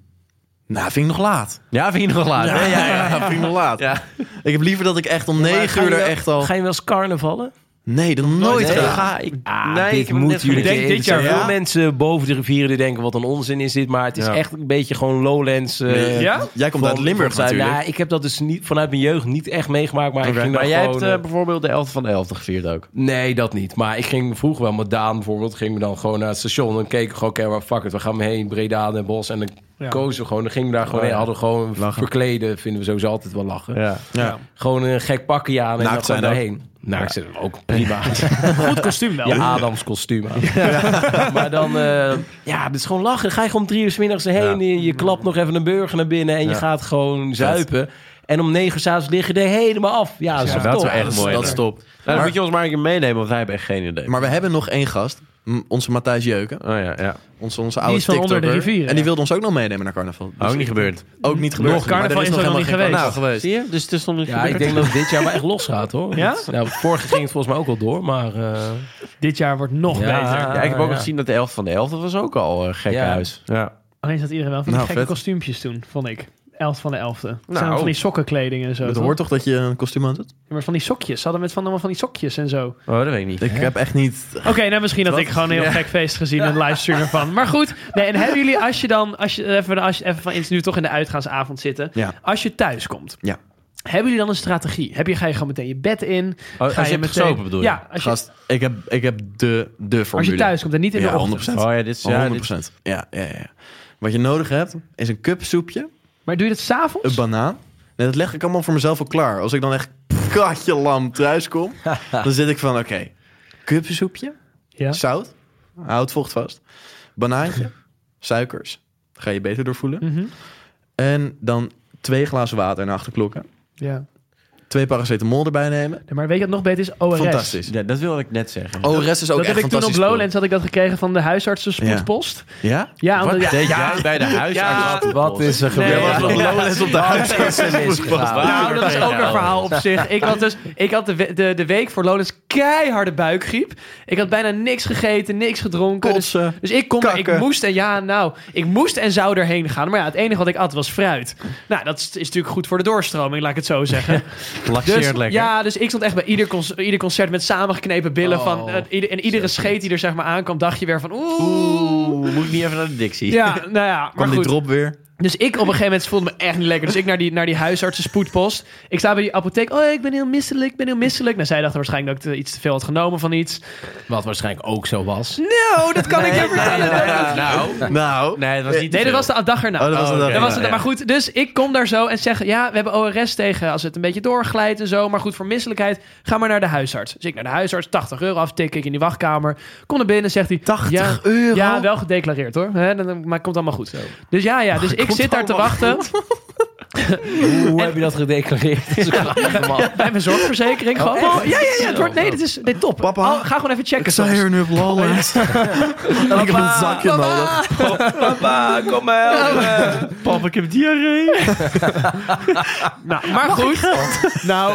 [SPEAKER 6] Nou, vind ik nog laat.
[SPEAKER 4] Ja, vind je nog laat?
[SPEAKER 6] Ja,
[SPEAKER 4] hè?
[SPEAKER 6] ja, ja, vind ik nog laat.
[SPEAKER 4] Ja.
[SPEAKER 6] Ik heb liever dat ik echt om
[SPEAKER 9] Maar ga
[SPEAKER 6] 9 uur
[SPEAKER 9] je
[SPEAKER 6] er
[SPEAKER 9] wel-
[SPEAKER 6] echt al...
[SPEAKER 9] Ga je wel eens carnavallen?
[SPEAKER 6] Nee, dat nooit
[SPEAKER 4] Nee,
[SPEAKER 6] gedaan.
[SPEAKER 4] ga ik.
[SPEAKER 9] Ah,
[SPEAKER 4] nee, ik
[SPEAKER 9] dit
[SPEAKER 4] heb hem net
[SPEAKER 9] moeten jullie
[SPEAKER 4] geleerd.
[SPEAKER 9] keer-
[SPEAKER 6] dit jaar
[SPEAKER 9] Er zijn
[SPEAKER 6] wel.
[SPEAKER 9] veel mensen boven de rivieren die denken wat een onzin is dit. Maar het is
[SPEAKER 4] Ja.
[SPEAKER 9] echt een beetje gewoon lowlands... eh,
[SPEAKER 6] Nee.
[SPEAKER 7] Ja?
[SPEAKER 6] Jij komt uit Limburg
[SPEAKER 9] Van- van-
[SPEAKER 6] natuurlijk.
[SPEAKER 9] Nou, ik heb dat dus niet, vanuit mijn jeugd niet echt meegemaakt. Maar, ik ging
[SPEAKER 4] Maar
[SPEAKER 9] dan
[SPEAKER 4] jij hebt
[SPEAKER 9] gewoon,
[SPEAKER 4] eh,
[SPEAKER 9] eh,
[SPEAKER 4] bijvoorbeeld de 11 van de 11 gevierd ook.
[SPEAKER 9] nee, dat niet. Maar ik ging vroeger wel met Daan bijvoorbeeld. Gingen we dan gewoon naar het station. Dan keken we gewoon, oké, maar fuck it. We gaan we heen, Breda, Den Bosch. En dan kozen we gewoon. Dan gingen we daar gewoon heen. Hadden we gewoon verkleden. Vinden we sowieso altijd wel lachen.
[SPEAKER 4] Oh, Ja.
[SPEAKER 9] Gewoon een gek pakje aan en
[SPEAKER 6] Naakt
[SPEAKER 9] dan gewoon
[SPEAKER 6] zijn ook.
[SPEAKER 9] daarheen. Naakt zijn ook prima.
[SPEAKER 7] Goed kostuum wel.
[SPEAKER 9] Je Adams kostuum aan. Ja. Maar dan, eh, ja, het is gewoon lachen. Dan ga je gewoon om drie uur 's middags heen. Je, je klapt nog even een burger naar binnen en je gaat gewoon zuipen. En om negen uur 's avonds lig je er helemaal af. Ja, dat is toch
[SPEAKER 4] dat is
[SPEAKER 9] top?
[SPEAKER 4] wel echt mooi.
[SPEAKER 6] dat is
[SPEAKER 4] hè?
[SPEAKER 6] top.
[SPEAKER 4] Nou, dan
[SPEAKER 6] Maar-
[SPEAKER 4] moet je ons maar een keer meenemen, want wij hebben echt geen idee.
[SPEAKER 6] Maar we hebben nog één gast. M- Onze Matthijs Jeuken.
[SPEAKER 4] oh ja, ja.
[SPEAKER 6] Onze, onze oude
[SPEAKER 7] is van onder de
[SPEAKER 6] TikToker.
[SPEAKER 7] rivieren,
[SPEAKER 6] En die
[SPEAKER 7] ja.
[SPEAKER 6] wilde ons ook nog meenemen naar carnaval. Dus
[SPEAKER 4] Ook niet gebeurd.
[SPEAKER 6] ook niet gebeurd.
[SPEAKER 7] Nog carnaval
[SPEAKER 6] Maar er
[SPEAKER 7] is nog
[SPEAKER 6] helemaal
[SPEAKER 7] helemaal
[SPEAKER 6] geen
[SPEAKER 7] niet
[SPEAKER 6] carnaval geweest.
[SPEAKER 4] Zie je? Dus het is nog niet
[SPEAKER 9] Ja, ik denk dat het dit jaar wel echt los gaat hoor.
[SPEAKER 7] Ja?
[SPEAKER 9] Want, Nou, vorige ging het volgens mij ook al door, maar... eh,
[SPEAKER 7] Dit jaar wordt nog
[SPEAKER 9] Ja.
[SPEAKER 7] beter.
[SPEAKER 4] Ja, ik heb ook
[SPEAKER 9] Ja.
[SPEAKER 4] gezien dat de 11 van de 11 was ook al eh, gek
[SPEAKER 9] Ja.
[SPEAKER 4] huis. Ja.
[SPEAKER 7] Alleen zat iedereen wel van die
[SPEAKER 6] Nou,
[SPEAKER 7] gekke
[SPEAKER 6] vet.
[SPEAKER 7] kostuumpjes toen, vond ik. 11 van de 11e.
[SPEAKER 4] Nou.
[SPEAKER 7] van die sokkenkleding en zo.
[SPEAKER 6] Het
[SPEAKER 7] toch?
[SPEAKER 6] hoort toch dat je een kostuum aan doet?
[SPEAKER 7] Ja, Maar van die sokjes. Ze hadden met van, allemaal van die sokjes en zo.
[SPEAKER 4] Oh, dat weet ik niet.
[SPEAKER 6] Ik heb echt niet...
[SPEAKER 7] Oké, nou misschien had ik gewoon een heel gek feest gezien, een livestream ervan. Maar goed, nee, en hebben jullie, als je dan, als je, even, als je even van eens nu toch in de uitgaansavond zitten,
[SPEAKER 6] Ja.
[SPEAKER 7] als je thuis komt,
[SPEAKER 6] Ja.
[SPEAKER 7] hebben jullie dan een strategie? Heb je, ga je gewoon meteen je bed in?
[SPEAKER 6] Oh,
[SPEAKER 7] Ga
[SPEAKER 4] als je hebt
[SPEAKER 7] meteen,
[SPEAKER 4] gesopen, bedoel je?
[SPEAKER 7] Ja, als je,
[SPEAKER 6] Gast, ik heb, ik heb de, de formule.
[SPEAKER 7] als je thuis komt en niet in de
[SPEAKER 6] Ja,
[SPEAKER 7] ochtend.
[SPEAKER 6] 100%.
[SPEAKER 4] Oh ja, dit is... Ja, dit-
[SPEAKER 6] 100%. Ja, ja, ja. Wat je nodig hebt, is een cup soepje,
[SPEAKER 7] Maar doe je dat
[SPEAKER 6] een
[SPEAKER 7] s'avonds?
[SPEAKER 6] banaan. En dat leg ik allemaal voor mezelf al klaar. Als ik dan echt katje lam thuis kom, dan zit ik van, oké, cup soepje,
[SPEAKER 7] Ja.
[SPEAKER 6] zout, houd vocht vast, banaantje, suikers, ga je beter doorvoelen.
[SPEAKER 7] Mhm.
[SPEAKER 6] En dan twee glazen water en acht klokken.
[SPEAKER 7] ja.
[SPEAKER 6] Twee paracetamol erbij nemen.
[SPEAKER 7] Nee, Maar weet je wat nog beter is? ORS.
[SPEAKER 6] Fantastisch.
[SPEAKER 4] Ja, dat wilde ik net zeggen.
[SPEAKER 6] Oh, rest is ook
[SPEAKER 7] Oh, Dat heb
[SPEAKER 6] echt
[SPEAKER 7] ik toen op
[SPEAKER 6] fantastisch spul.
[SPEAKER 7] Lowlands had ik dat gekregen van de huisartsen spoedpost.
[SPEAKER 6] Ja?
[SPEAKER 7] Ja, omdat, ja,
[SPEAKER 4] Deed jij bij de huisarts? Ja,
[SPEAKER 9] wat is er
[SPEAKER 7] Nee,
[SPEAKER 9] gebeurd?
[SPEAKER 7] ja.
[SPEAKER 6] Op Lowlands op de huis.
[SPEAKER 9] Wat is er misgegaan?
[SPEAKER 7] Nou, dat is ook een verhaal op zich. Ik had dus ik had de, we- de, de week voor Lowlands keiharde buikgriep. Ik had bijna niks gegeten, niks gedronken. Dus,
[SPEAKER 6] Kotsen.
[SPEAKER 7] dus ik kon, maar ik
[SPEAKER 6] kakken.
[SPEAKER 7] moest en ja, nou, ik moest en zou erheen gaan. Maar ja, het enige wat ik at was fruit. Nou, dat is, is natuurlijk goed voor de doorstroming, laat ik het zo zeggen.
[SPEAKER 4] Laxeert
[SPEAKER 7] Dus,
[SPEAKER 4] lekker.
[SPEAKER 7] ja, dus ik stond echt bij ieder, cons- ieder concert met samengeknepen billen. Van, eh, ieder- en iedere scheet die er zeg maar aankwam, dacht je weer van oeh.
[SPEAKER 4] Oeh, moet ik niet even naar de Dixie?
[SPEAKER 7] Ja, nou ja, maar
[SPEAKER 6] Kwam die
[SPEAKER 7] goed.
[SPEAKER 6] drop weer.
[SPEAKER 7] Dus ik op een gegeven moment voelde me echt niet lekker. Dus ik naar die, naar die huisartsen spoedpost. Ik sta bij die apotheek. Oh, ik ben heel misselijk, ik ben heel misselijk. Nou, zij dachten waarschijnlijk dat ik eh, iets te veel had genomen van iets.
[SPEAKER 9] Wat waarschijnlijk ook zo was.
[SPEAKER 7] Nou, dat kan ik je vertellen.
[SPEAKER 4] Nou,
[SPEAKER 6] Nou,
[SPEAKER 4] nee, dat was niet. te
[SPEAKER 7] Nee, dat was
[SPEAKER 4] veel.
[SPEAKER 7] de dag erna.
[SPEAKER 6] Oh, dat was de
[SPEAKER 4] Oh,
[SPEAKER 6] dag
[SPEAKER 4] oké.
[SPEAKER 7] Dat was
[SPEAKER 6] erna.
[SPEAKER 7] het, maar goed, dus ik kom daar zo en zeg, ja, we hebben ORS tegen als het een beetje doorglijdt en zo. Maar goed, voor misselijkheid, ga maar naar de huisarts. Dus ik naar de huisarts, 80 euro aftik ik in die wachtkamer. Kom naar binnen, zegt hij. 80 ja,
[SPEAKER 6] euro?
[SPEAKER 7] Ja, wel gedeclareerd hoor. Hè, dan- dan- maar komt allemaal goed. Dus ja, ja, dus ik zit daar te wachten
[SPEAKER 9] Hoe heb je dat gedeclareerd? Dat is een grappige man.
[SPEAKER 7] bij mijn zorgverzekering. gewoon,
[SPEAKER 9] echt?
[SPEAKER 7] Oh, ja, ja, ja, het wordt, nee, dit is dit top.
[SPEAKER 6] Papa?
[SPEAKER 7] Oh, ga gewoon even checken.
[SPEAKER 6] Ik zei
[SPEAKER 7] soms.
[SPEAKER 6] er nu op lollen. En ik heb een zakje nodig.
[SPEAKER 4] Papa, kom maar helpen. Papa, ik heb diarree.
[SPEAKER 7] Nou, maar goed. nou,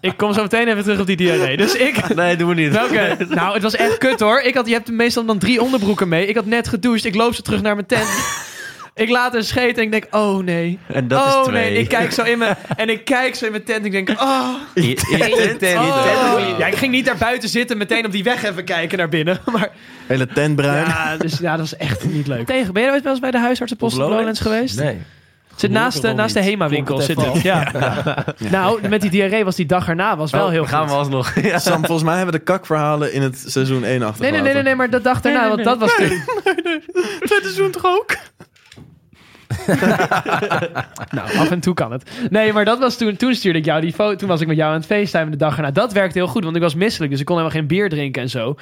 [SPEAKER 7] ik kom zo meteen even terug op die diarree. Dus ik...
[SPEAKER 4] Nee, doen we niet.
[SPEAKER 7] Oké. Nou, het was echt kut hoor. Ik had, je hebt meestal dan drie onderbroeken mee. Ik had net gedoucht. Ik loop ze terug naar mijn tent. ik laat een scheet en ik denk, oh nee.
[SPEAKER 4] En dat
[SPEAKER 7] oh
[SPEAKER 4] is twee.
[SPEAKER 7] nee, ik kijk zo in mijn, en ik kijk zo in mijn tent. Ik denk, oh,
[SPEAKER 4] In je tent.
[SPEAKER 7] oh. Ja, ik ging niet daar buiten zitten, meteen op die weg even kijken naar binnen. Maar
[SPEAKER 6] Hele tent bruin.
[SPEAKER 7] ja, dus, ja, dat is echt niet leuk. Tegen, ben je ooit wel eens bij de huisartsenpost op Lowlands geweest?
[SPEAKER 9] Nee.
[SPEAKER 7] Zit naast de,
[SPEAKER 9] nog
[SPEAKER 7] naast de
[SPEAKER 9] niet.
[SPEAKER 7] Hema-winkel.
[SPEAKER 9] Klonk het
[SPEAKER 7] Zit het. Ja. Nou, met die diarree was die dag erna was wel heel
[SPEAKER 4] gaan
[SPEAKER 7] goed.
[SPEAKER 4] we alsnog. Ja.
[SPEAKER 6] Sam, volgens mij hebben we de kakverhalen in het seizoen 1
[SPEAKER 7] Nee,
[SPEAKER 6] achtergelaten.
[SPEAKER 7] nee, nee, nee, nee, maar dat dag erna, want dat was toen- Nou, af en toe kan het. Nee, maar dat was toen, toen stuurde ik jou die foto. Toen was ik met jou aan het feesttimen de dag erna. Dat werkte heel goed, want ik was misselijk, dus ik kon helemaal geen bier drinken en zo.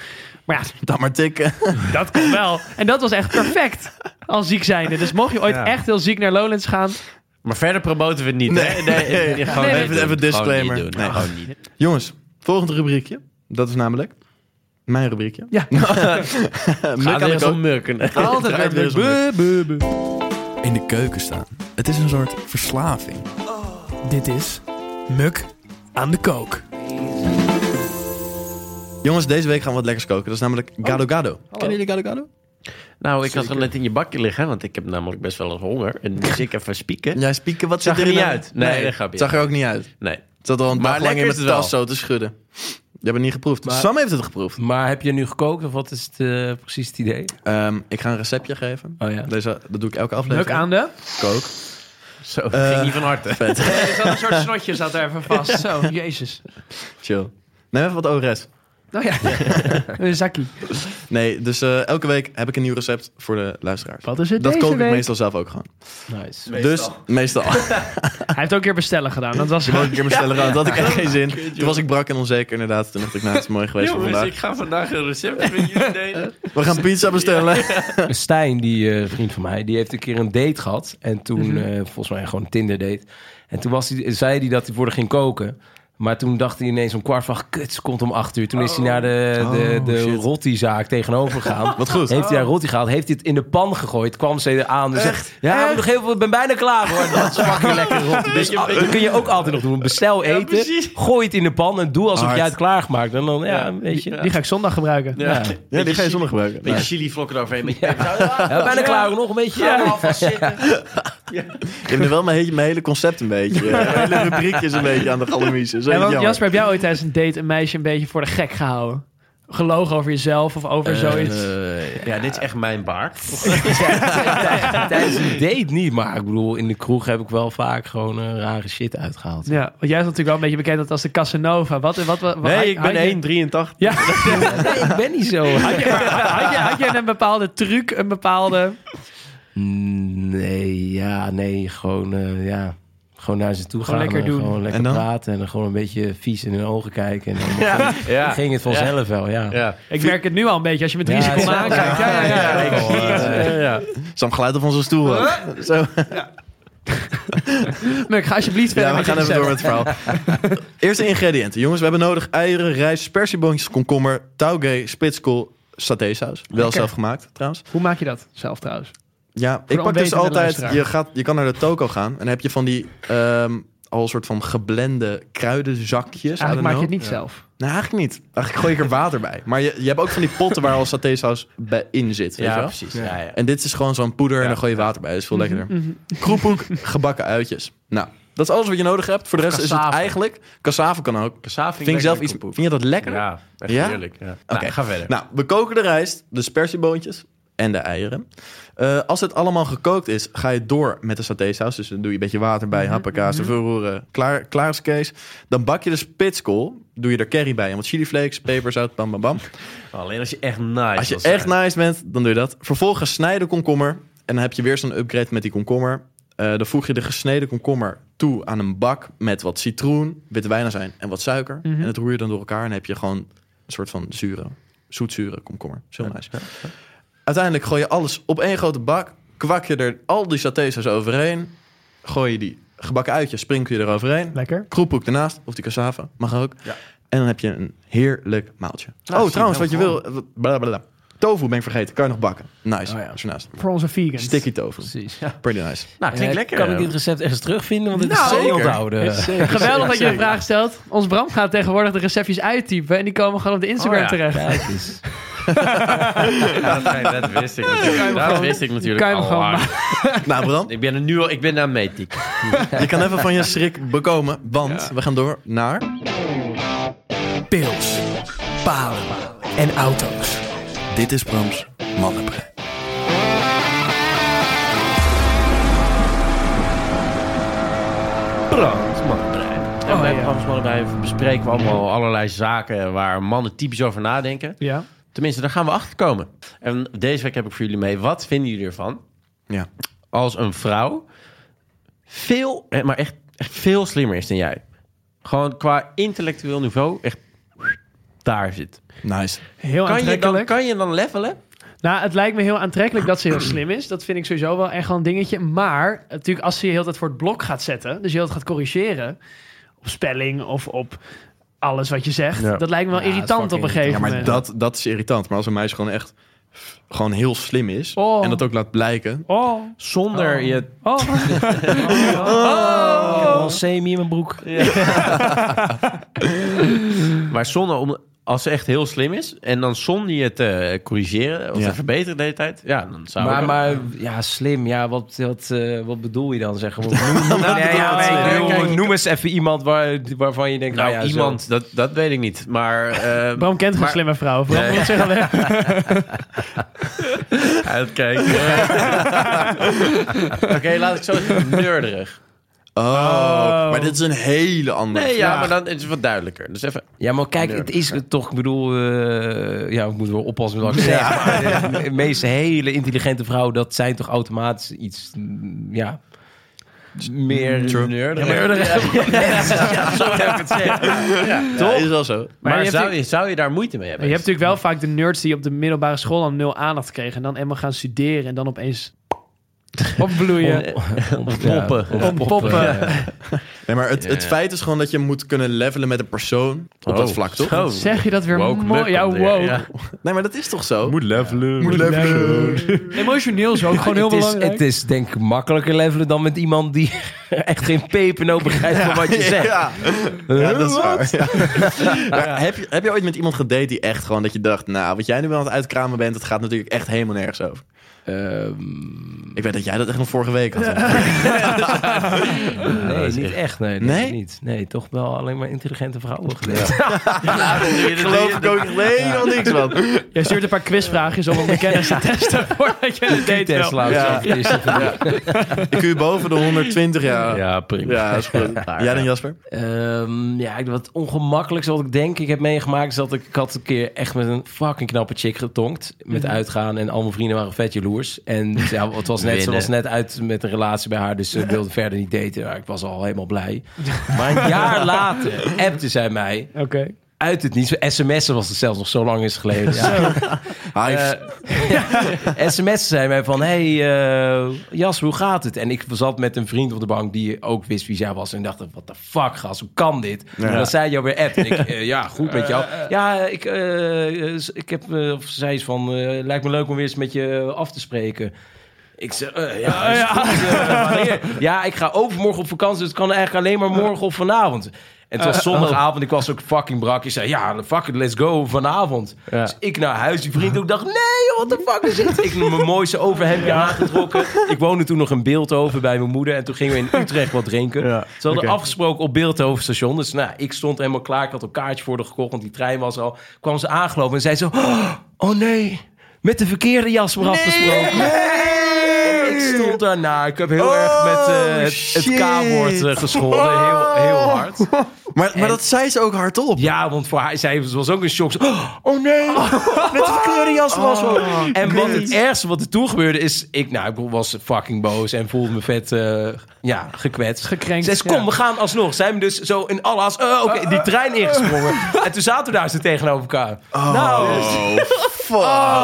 [SPEAKER 7] Maar ja,
[SPEAKER 6] Dan maar tikken.
[SPEAKER 7] dat kon wel. En dat was echt perfect als ziek zijnde. Dus mocht je ooit
[SPEAKER 4] Ja.
[SPEAKER 7] echt heel ziek naar Lowlands gaan,
[SPEAKER 4] Maar verder promoten we het niet.
[SPEAKER 6] Nee,
[SPEAKER 4] hè?
[SPEAKER 6] nee.
[SPEAKER 4] gewoon
[SPEAKER 7] Nee, nee,
[SPEAKER 4] niet
[SPEAKER 6] even- even
[SPEAKER 4] doen.
[SPEAKER 6] disclaimer.
[SPEAKER 4] Gewoon niet doen.
[SPEAKER 6] Nee.
[SPEAKER 4] Gewoon niet.
[SPEAKER 6] Jongens, volgend rubriekje. Dat is namelijk mijn rubriekje.
[SPEAKER 7] Ja.
[SPEAKER 4] Gaat
[SPEAKER 6] Muk aan de
[SPEAKER 4] weer
[SPEAKER 6] kook.
[SPEAKER 4] zo'n mukken.
[SPEAKER 6] Altijd weer eens om muk.
[SPEAKER 4] Buh, buh.
[SPEAKER 6] In de keuken staan. Het is een soort verslaving.
[SPEAKER 3] Dit is Muk aan de kook.
[SPEAKER 6] Jongens, deze week gaan we wat lekkers koken. Dat is namelijk gado gado.
[SPEAKER 9] Kennen jullie Gado Gado?
[SPEAKER 4] Nou, ik had het net in je bakje liggen, want ik heb namelijk best wel eens honger. En dus ik even spieken.
[SPEAKER 6] Jij spieken, wat
[SPEAKER 4] Zag
[SPEAKER 6] zit
[SPEAKER 4] er niet
[SPEAKER 6] erin?
[SPEAKER 4] uit. Nee, dat grapje.
[SPEAKER 6] het zag er ook niet uit. Het
[SPEAKER 4] Nee.
[SPEAKER 6] zat al een
[SPEAKER 4] Maar
[SPEAKER 6] dag lang
[SPEAKER 4] lekker
[SPEAKER 6] in
[SPEAKER 4] is
[SPEAKER 6] mijn
[SPEAKER 4] het wel.
[SPEAKER 6] tas zo te schudden. Je hebt het niet geproefd.
[SPEAKER 9] Maar-
[SPEAKER 6] Sam heeft het geproefd.
[SPEAKER 9] Maar heb je nu gekookt of wat is het, eh, precies het idee?
[SPEAKER 6] Ehm, ik ga een receptje geven.
[SPEAKER 9] Oh ja.
[SPEAKER 6] Deze, dat doe ik elke aflevering.
[SPEAKER 7] leuk aan de...
[SPEAKER 6] kook.
[SPEAKER 4] Zo,
[SPEAKER 6] Eh,
[SPEAKER 4] ging niet van harte.
[SPEAKER 6] Vet.
[SPEAKER 7] Er zat een soort snotje zat er even vast. Zo, jezus.
[SPEAKER 6] Chill. Neem even wat ORS.
[SPEAKER 7] Nou ja, een zakkie.
[SPEAKER 6] Nee, dus eh, elke week heb ik een nieuw recept voor de luisteraars.
[SPEAKER 7] Wat is het
[SPEAKER 6] Dat
[SPEAKER 7] deze
[SPEAKER 6] kook ik
[SPEAKER 7] week?
[SPEAKER 6] meestal zelf ook gewoon.
[SPEAKER 9] Nice.
[SPEAKER 6] Dus meestal.
[SPEAKER 7] Hij heeft ook weer bestellen gedaan. Dat was
[SPEAKER 6] Toen woonde ik in mijn stellen raad. Dat had ik echt geen zin. Toen was ik brak en onzeker inderdaad. Toen dacht ik, nou, het is mooi geweest voor vandaag.
[SPEAKER 4] ga vandaag een recept met jullie delen.
[SPEAKER 6] We gaan pizza bestellen.
[SPEAKER 9] Stijn, die eh, vriend van mij, die heeft een keer een date gehad. En toen, eh, volgens mij gewoon een Tinder date. En toen was hij, zei hij dat hij voor haar ging koken. Maar toen dacht hij ineens om kwart van, kut, ze komt om acht uur. Toen is hij naar de, de, de rotti-zaak tegenover gegaan.
[SPEAKER 6] Wat goed.
[SPEAKER 9] Heeft hij haar rotti gehaald, heeft hij het in de pan gegooid. Kwam ze er aan en zegt, ja, ik heb nog heel veel, ik ben bijna klaar hoor. Dat is fucking lekker rotti. Dus
[SPEAKER 4] Beetje-
[SPEAKER 9] ah, dat kun je ook altijd nog doen. Bestel eten,
[SPEAKER 4] precies.
[SPEAKER 9] gooi het in de pan en doe alsof
[SPEAKER 6] Hard.
[SPEAKER 9] jij het klaargemaakt. En dan, ja, weet je.
[SPEAKER 7] Die ga ik zondag gebruiken.
[SPEAKER 4] Ja.
[SPEAKER 6] Ja, die ga je zondag gebruiken.
[SPEAKER 4] Beetje
[SPEAKER 6] Nou,
[SPEAKER 4] chili vlokken eroverheen. Met
[SPEAKER 9] Ja, bijna klaar, nog een beetje.
[SPEAKER 6] Je hebt nu wel mijn hele, mijn hele concept een beetje. eh, Mijn hele rubriek is een beetje aan de galamiezen. Zo
[SPEAKER 7] Ja, want
[SPEAKER 6] jammer.
[SPEAKER 7] Jasper, heb jij ooit tijdens een date een meisje een beetje voor de gek gehouden? Gelogen over jezelf of over zoiets?
[SPEAKER 6] eh,
[SPEAKER 4] ja, dit is echt mijn baard.
[SPEAKER 9] Tijdens een date niet, maar ik bedoel, in de kroeg heb ik wel vaak gewoon eh, rare shit uitgehaald.
[SPEAKER 7] Ja, want jij is natuurlijk wel een beetje bekend dat als de Casanova. Wat, wat, wat, had-
[SPEAKER 4] Nee, ik
[SPEAKER 7] had
[SPEAKER 4] ben
[SPEAKER 7] je-
[SPEAKER 4] 1,83.
[SPEAKER 7] Ja,
[SPEAKER 9] Nee, ik ben niet zo.
[SPEAKER 7] had je, maar had, je, had je een bepaalde truc, een bepaalde...
[SPEAKER 9] Nee, ja, nee, gewoon, eh, ja, gewoon naar ze toe
[SPEAKER 7] Gewoon
[SPEAKER 9] gaan.
[SPEAKER 7] lekker
[SPEAKER 9] en
[SPEAKER 7] doen.
[SPEAKER 9] Gewoon lekker
[SPEAKER 6] En dan?
[SPEAKER 9] praten en dan gewoon een beetje vies in hun ogen kijken. En dan
[SPEAKER 4] Ja.
[SPEAKER 9] ging het vanzelf wel, ja.
[SPEAKER 4] Ja.
[SPEAKER 7] Ik merk het nu al een beetje als je me drie
[SPEAKER 9] Ja,
[SPEAKER 7] seconden
[SPEAKER 9] het is-
[SPEAKER 7] aankijkt. Ja, ja, ja.
[SPEAKER 4] Ja, ik- ja, ja.
[SPEAKER 6] Sam geluid op onze stoel. ook. Zo.
[SPEAKER 7] Muk, ga alsjeblieft verder
[SPEAKER 6] Ja, we
[SPEAKER 7] met
[SPEAKER 6] gaan
[SPEAKER 7] je
[SPEAKER 6] even door met het verhaal. Eerste ingrediënten. Jongens, we hebben nodig eieren, rijst, persieboontjes, komkommer, tauge, spitskool, satésaus. Wel
[SPEAKER 7] Lekker.
[SPEAKER 6] zelf gemaakt, trouwens.
[SPEAKER 7] Hoe maak je dat zelf trouwens?
[SPEAKER 6] Ja, ik pak dus
[SPEAKER 7] onwetende
[SPEAKER 6] altijd...
[SPEAKER 7] luisteraar.
[SPEAKER 6] Je, gaat, je kan naar de toko gaan en dan heb je van die... ehm, al een soort van geblende kruidenzakjes.
[SPEAKER 7] Eigenlijk maak je het
[SPEAKER 6] niet.
[SPEAKER 7] niet zelf.
[SPEAKER 6] Nou, eigenlijk niet. Eigenlijk gooi ik er water bij. Maar je, je hebt ook van die potten waar al satésaus bij in zit. weet je
[SPEAKER 4] Ja,
[SPEAKER 6] wel?
[SPEAKER 4] precies. Ja, ja.
[SPEAKER 6] En dit is gewoon zo'n poeder en dan gooi je water bij. Dat is veel lekkerder. Kroephoek, gebakken uitjes. Nou, dat is alles wat je nodig hebt. Voor de rest is het
[SPEAKER 4] cassave.
[SPEAKER 6] eigenlijk... Cassave kan ook.
[SPEAKER 4] Cassave
[SPEAKER 6] Vind ik zelf iets... Vind je dat lekker?
[SPEAKER 4] Ja, echt
[SPEAKER 6] Ja?
[SPEAKER 4] heerlijk. Ja. Nou,
[SPEAKER 6] Oké.
[SPEAKER 4] ga verder.
[SPEAKER 6] Nou, we koken de rijst, dus persieboontjes, en de eieren. Eh, als het allemaal gekookt is, ga je door met de satésaus. Dus dan doe je een beetje water bij, happakaas, verroeren, klaar, klaar is Kees. Dan bak je de spitskool, doe je er curry bij en wat chiliflakes, peperzout, bam bam bam.
[SPEAKER 4] Alleen als je echt nice
[SPEAKER 6] Nou, Als je
[SPEAKER 4] wil zijn.
[SPEAKER 6] echt nice bent, dan doe je dat. Vervolgens snijden komkommer. En dan heb je weer zo'n upgrade met die komkommer. Eh, dan voeg je de gesneden komkommer toe aan een bak met wat citroen, witte wijnazijn en wat suiker.
[SPEAKER 4] Mhm.
[SPEAKER 6] En dat roer je dan door elkaar en dan heb je gewoon een soort van zure, zoetzure komkommer. Zo nice. Uiteindelijk gooi je alles op één grote bak. Kwak je er al die satésaus overheen. Gooi je die gebakken uitjes, sprinkel je er overheen.
[SPEAKER 7] Lekker.
[SPEAKER 6] Kroephoek ernaast, of die cassava, mag ook. En dan heb je een heerlijk maaltje. oh,
[SPEAKER 9] zie
[SPEAKER 6] trouwens,
[SPEAKER 9] je
[SPEAKER 6] wat je
[SPEAKER 9] heel
[SPEAKER 6] wil... blablabla. Tofu ben ik vergeten, kan je nog bakken. Nice,
[SPEAKER 9] Oh ja.
[SPEAKER 6] Zo naast.
[SPEAKER 7] Voor onze vegans.
[SPEAKER 6] Sticky tofu,
[SPEAKER 9] Precies. Ja.
[SPEAKER 6] pretty nice.
[SPEAKER 9] Nou, klinkt
[SPEAKER 4] Eh,
[SPEAKER 9] lekker.
[SPEAKER 4] kan
[SPEAKER 9] Kan
[SPEAKER 4] ik
[SPEAKER 9] ik
[SPEAKER 4] dit
[SPEAKER 9] dit recept ergens terugvinden? Want het
[SPEAKER 2] is
[SPEAKER 9] is
[SPEAKER 2] heel
[SPEAKER 9] heel
[SPEAKER 2] onthouden.
[SPEAKER 7] Geweldig dat je de vraag stelt. Ons Bram gaat tegenwoordig de receptjes uittypen en die komen gewoon op de Instagram
[SPEAKER 4] Oh ja.
[SPEAKER 7] terecht.
[SPEAKER 4] Ja, dat- nee, dat wist ik natuurlijk. Dat wist ik natuurlijk
[SPEAKER 7] Kan je hem
[SPEAKER 4] al
[SPEAKER 7] gewoon
[SPEAKER 4] lang.
[SPEAKER 6] nou, Bram,
[SPEAKER 4] Ik ben er nu al, ik ben aan meetiek.
[SPEAKER 6] je kan even van je schrik bekomen, want we gaan door naar...
[SPEAKER 3] Pils, palen en auto's.
[SPEAKER 6] Dit is Brams Mannenbrein.
[SPEAKER 4] En bij Brams Mannenbrein bespreken we allemaal allerlei zaken waar mannen typisch over nadenken.
[SPEAKER 7] Ja.
[SPEAKER 4] Tenminste, daar gaan we achter komen. En deze week heb ik voor jullie mee. Wat vinden jullie ervan?
[SPEAKER 6] Ja.
[SPEAKER 4] Als een vrouw veel, eh, maar echt, echt veel slimmer is dan jij. Gewoon qua intellectueel niveau echt daar zit.
[SPEAKER 6] Nice.
[SPEAKER 7] Heel
[SPEAKER 4] Kan je
[SPEAKER 7] aantrekkelijk.
[SPEAKER 4] dan, kan je dan levelen?
[SPEAKER 7] Nou, het lijkt me heel aantrekkelijk dat ze heel slim is. Dat vind ik sowieso wel echt wel een dingetje. Maar natuurlijk, als ze je heel tijd voor het blok gaat zetten, dus je heel tijd gaat corrigeren op spelling of op alles wat je zegt,
[SPEAKER 4] Ja.
[SPEAKER 7] dat lijkt me wel
[SPEAKER 9] Ja, dat
[SPEAKER 7] irritant
[SPEAKER 9] is
[SPEAKER 7] op een gegeven
[SPEAKER 6] Ja, maar
[SPEAKER 7] moment.
[SPEAKER 6] dat, dat is irritant. Maar als een meisje gewoon echt gewoon heel slim is
[SPEAKER 7] Oh.
[SPEAKER 6] en dat ook laat blijken...
[SPEAKER 7] Oh,
[SPEAKER 4] Zonder je
[SPEAKER 7] oh.
[SPEAKER 9] Ik heb wel een semi in mijn broek.
[SPEAKER 4] Maar zonder om, als ze echt heel slim is en dan zonder je te eh, corrigeren of
[SPEAKER 6] Ja.
[SPEAKER 4] te verbeteren de hele tijd, ja, dan zou
[SPEAKER 9] Maar,
[SPEAKER 4] ik.
[SPEAKER 9] maar ja, slim. Ja, wat, wat, eh, wat bedoel je dan? Zeg maar? Noem- noem,
[SPEAKER 6] bedoel
[SPEAKER 9] nee,
[SPEAKER 6] je
[SPEAKER 9] ja,
[SPEAKER 6] slim?
[SPEAKER 9] nee, ik bedoel,
[SPEAKER 4] Kijk,
[SPEAKER 9] noem eens even iemand waar, waarvan je denkt...
[SPEAKER 4] nou,
[SPEAKER 9] Nou, ja, zo.
[SPEAKER 4] iemand, dat, dat weet ik niet. Maar eh,
[SPEAKER 7] Bram kent geen
[SPEAKER 4] Maar-
[SPEAKER 7] slimme vrouw. Bram moet zich alleen.
[SPEAKER 4] uitkijken. Oké, laat ik zo zeggen, neurderig.
[SPEAKER 6] Oh, maar dit is een hele andere
[SPEAKER 4] Nee, ja,
[SPEAKER 6] vraag.
[SPEAKER 4] maar dan is het wat duidelijker. Dus even,
[SPEAKER 9] Ja, maar kijk, het is toch, ik bedoel, eh, ja, ik moet wel oppassen met wat ik zeg. Maar de, de meeste hele intelligente vrouwen, dat zijn toch automatisch iets, mm, ja, meer neurderig. Ja, zo heb ik het zeggen.
[SPEAKER 6] Ja, is wel zo.
[SPEAKER 4] maar
[SPEAKER 7] je hebt
[SPEAKER 4] zou,
[SPEAKER 7] die-
[SPEAKER 4] je, zou je daar moeite mee hebben?
[SPEAKER 7] Je hebt natuurlijk wel vaak de nerds die op de middelbare school al nul aandacht kregen. En dan helemaal gaan studeren en dan opeens opbloeien.
[SPEAKER 4] poppen.
[SPEAKER 9] Ja,
[SPEAKER 7] Om poppen.
[SPEAKER 6] Nee, maar het, het feit is gewoon dat je moet kunnen levelen met een persoon op dat
[SPEAKER 4] Oh,
[SPEAKER 6] vlak, toch?
[SPEAKER 4] zo.
[SPEAKER 7] Zeg je dat weer
[SPEAKER 4] Woke
[SPEAKER 7] mooi?
[SPEAKER 4] muk
[SPEAKER 7] Ja,
[SPEAKER 4] komt weer,
[SPEAKER 7] woke.
[SPEAKER 4] ja.
[SPEAKER 6] Nee, maar dat is toch zo?
[SPEAKER 2] levelen.
[SPEAKER 6] Moet levelen.
[SPEAKER 7] Emotioneel is ook gewoon heel
[SPEAKER 9] het, is,
[SPEAKER 7] belangrijk.
[SPEAKER 9] het is denk ik makkelijker levelen dan met iemand die echt geen pepernoot begrijpt van wat je zegt.
[SPEAKER 6] Ja, ja dat is waar. Ja. Maar heb, je, heb je ooit met iemand gedate die echt gewoon dat je dacht... nou, wat jij nu wel aan het uitkramen bent, het gaat natuurlijk echt helemaal nergens over. Ik weet dat jij dat echt nog vorige week had.
[SPEAKER 9] nee, niet echt. Nee, dat
[SPEAKER 6] Nee?
[SPEAKER 9] is Niet. nee, toch wel alleen maar intelligente vrouwen gedaan.
[SPEAKER 6] Geloof ik ook helemaal niks van.
[SPEAKER 7] Jij stuurt een paar quizvraagjes om onze kennis te testen voordat je de date wil.
[SPEAKER 9] Tesla.
[SPEAKER 6] Ja. Ik u boven de 120 jaar. Oh. Ja,
[SPEAKER 4] Ja, prima.
[SPEAKER 6] dat is goed. Jij dan, Jasper?
[SPEAKER 9] Ehm, ja, ik- wat ongemakkelijkste wat ik denk ik heb meegemaakt... is dat ik, ik had een keer echt met een fucking knappe chick getonkt. Met uitgaan en al mijn vrienden waren vet jaloers. En dus, ja, het was net, ze
[SPEAKER 4] Winnen.
[SPEAKER 9] was net uit met een relatie bij haar... dus ze wilde verder niet daten. Maar ik was al helemaal blij. Maar een jaar later appte zij mij
[SPEAKER 7] Oké.
[SPEAKER 9] uit het niets. SMS'en was het zelfs nog zo lang is geleden. Ja.
[SPEAKER 6] Hives.
[SPEAKER 9] Eh, SMS'en zei mij van, hey eh, Jas, hoe gaat het? En ik zat met een vriend op de bank die ook wist wie zij was. En dacht, wat de fuck, gast, hoe kan dit? En dan zei jou weer app. En ik, eh, ja, goed met jou. Ja, ik, eh, eh, ik heb, eh, of zij is van, eh, lijkt me leuk om weer eens met je af te spreken. Ik zeg, eh, ja, is goed, eh, wanneer? ja, ik ga overmorgen op vakantie, dus het kan eigenlijk alleen maar morgen of vanavond. En het was zondagavond, ik was ook fucking brak. Ik zei, ja, fuck it, let's go, vanavond. Dus ik naar huis, die vriend ook dacht, nee, what the fuck is dit? Ik heb mijn mooiste overhemdje aangetrokken. Ik woonde toen nog in Beeldhoven bij mijn moeder. En toen gingen we in Utrecht wat drinken. Ze hadden afgesproken op Beeldhoven station. Dus nou, ik stond helemaal klaar. Ik had een kaartje voor de gekocht, want die trein was al. Kwam ze aangelopen en zei zo, oh nee... met de verkeerde jas maar afgesproken. En Ik stond daarna. Ik heb heel erg met eh, het, het
[SPEAKER 6] shit.
[SPEAKER 9] K-woord eh, gescholden. Heel, heel hard.
[SPEAKER 6] Maar, maar dat zei ze ook hardop.
[SPEAKER 9] Ja, want voor haar zij was ook een shock. Zo, Oh, oh nee, met de verkeerde jas was wel. en wat het ergste wat er toen gebeurde is... Ik, nou, ik was fucking boos en voelde me vet eh, ja, gekwetst.
[SPEAKER 7] Gekrenkt,
[SPEAKER 9] Ze zei, kom,
[SPEAKER 7] ja.
[SPEAKER 9] we gaan alsnog. Zijn we dus zo in alle haast, eh, oké, die trein ingesprongen. En toen zaten we daar zo tegenover elkaar. nou,
[SPEAKER 6] Oh, Fuck.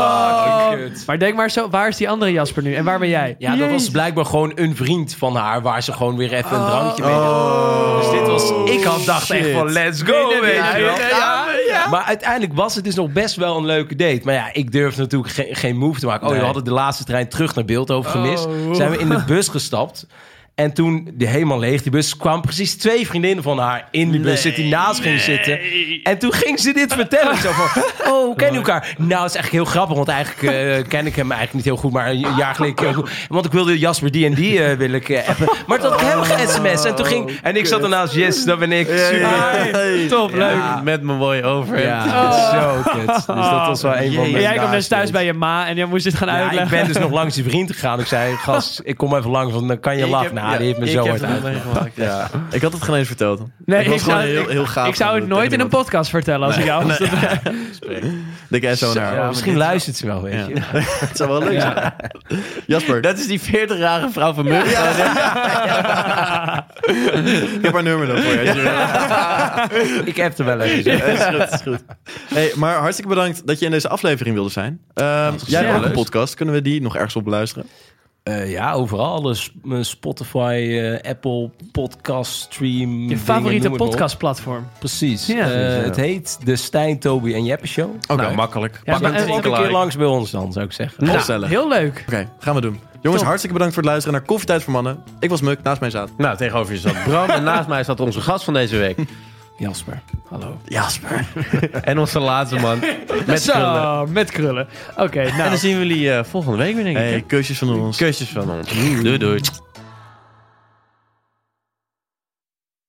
[SPEAKER 9] fucking kut.
[SPEAKER 7] Maar denk maar zo, waar is die andere Jasper nu? En waar ben jij?
[SPEAKER 9] Ja, dat was blijkbaar gewoon een vriend van haar... waar ze gewoon weer even een drankje
[SPEAKER 6] Oh.
[SPEAKER 9] mee Dus dit was... Ik had dacht echt van, let's go, weet je wel. Maar uiteindelijk was het dus nog best wel een leuke date. Maar ja, ik durfde natuurlijk ge- geen move te maken. Oh, we hadden de laatste trein terug naar Beeldhoven gemist. Zijn we in de bus gestapt. En toen, die helemaal leeg, die bus, kwamen precies twee vriendinnen van haar in die bus zitten, die naast ging zitten. En toen ging ze dit vertellen. Zo van, oh, hoe kennen jullie elkaar? Nou, het is eigenlijk heel grappig, want eigenlijk eh, ken ik hem eigenlijk niet heel goed, maar een jaar geleden ken ik hem heel goed. Want ik wilde Jasper die en die eh, wil ik eh, appen. Maar dat had ik helemaal
[SPEAKER 7] Oh,
[SPEAKER 9] geen sms. En toen ging, en ik zat ernaast, yes, dat ben ik. Super.
[SPEAKER 7] Top, leuk.
[SPEAKER 4] Met mijn mooi over.
[SPEAKER 9] Ja,
[SPEAKER 7] Ah,
[SPEAKER 9] zo kut. Dus dat was wel een van
[SPEAKER 7] En
[SPEAKER 9] mijn
[SPEAKER 7] oh. jij kwam dus thuis
[SPEAKER 9] naaste.
[SPEAKER 7] bij je ma en jij moest dit gaan
[SPEAKER 9] Ja, ik
[SPEAKER 7] uitleggen.
[SPEAKER 9] ben dus nog langs die vriend gegaan. Ik zei, gast, ik kom even langs, want dan kan je lachen. Nou, die heeft me zo hard uit.
[SPEAKER 6] Ja. Ik had het geen eens verteld.
[SPEAKER 7] Nee,
[SPEAKER 6] ik was
[SPEAKER 7] ik
[SPEAKER 6] gewoon
[SPEAKER 7] zou-
[SPEAKER 6] heel,
[SPEAKER 7] ik-
[SPEAKER 6] heel gaaf.
[SPEAKER 7] ik zou het nooit in een podcast vertellen als ik jou was.
[SPEAKER 6] Dikke SO naar.
[SPEAKER 9] Ja,
[SPEAKER 6] haar.
[SPEAKER 9] misschien luistert ze wel, weet je.
[SPEAKER 6] Het zou wel leuk zijn. Jasper,
[SPEAKER 4] Dat is die 40-jarige vrouw van Muggen.
[SPEAKER 6] ik heb haar nummer dan voor je. als je wil.
[SPEAKER 9] Ik heb er wel even. zo.
[SPEAKER 6] Is goed, is goed. Hey, maar hartstikke bedankt dat je in deze aflevering wilde zijn. Ehm, jij hebt ook een podcast. Kunnen we die nog ergens op beluisteren?
[SPEAKER 9] Eh, ja, overal. Alle sp- eh, Spotify, eh, Apple, podcast, stream.
[SPEAKER 7] Je favoriete podcastplatform.
[SPEAKER 9] Precies.
[SPEAKER 7] Ja.
[SPEAKER 9] Eh, Het heet De Stijn, Toby en Jeppe Show.
[SPEAKER 6] Oké,
[SPEAKER 4] makkelijk.
[SPEAKER 7] Ja,
[SPEAKER 9] Pak
[SPEAKER 7] maar-
[SPEAKER 9] het
[SPEAKER 7] en-
[SPEAKER 9] ook een keer langs bij ons dan, zou ik zeggen.
[SPEAKER 7] Nou,
[SPEAKER 6] Opstellen.
[SPEAKER 7] heel leuk.
[SPEAKER 6] Oké, gaan we doen. Jongens, hartstikke bedankt voor het luisteren naar Koffietijd voor Mannen. Ik was Muk, naast mij zat
[SPEAKER 4] Nou, tegenover je zat Bram en naast mij zat onze gast van deze week.
[SPEAKER 9] Jasper, hallo.
[SPEAKER 6] Jasper.
[SPEAKER 4] En onze laatste man. Met
[SPEAKER 7] Zo,
[SPEAKER 4] krullen.
[SPEAKER 7] met krullen. Oké,
[SPEAKER 4] En
[SPEAKER 7] nou.
[SPEAKER 4] dan zien we jullie eh, volgende week weer, denk ik.
[SPEAKER 6] Hey, kusjes van ons.
[SPEAKER 4] Kusjes van ons. Doei, doei.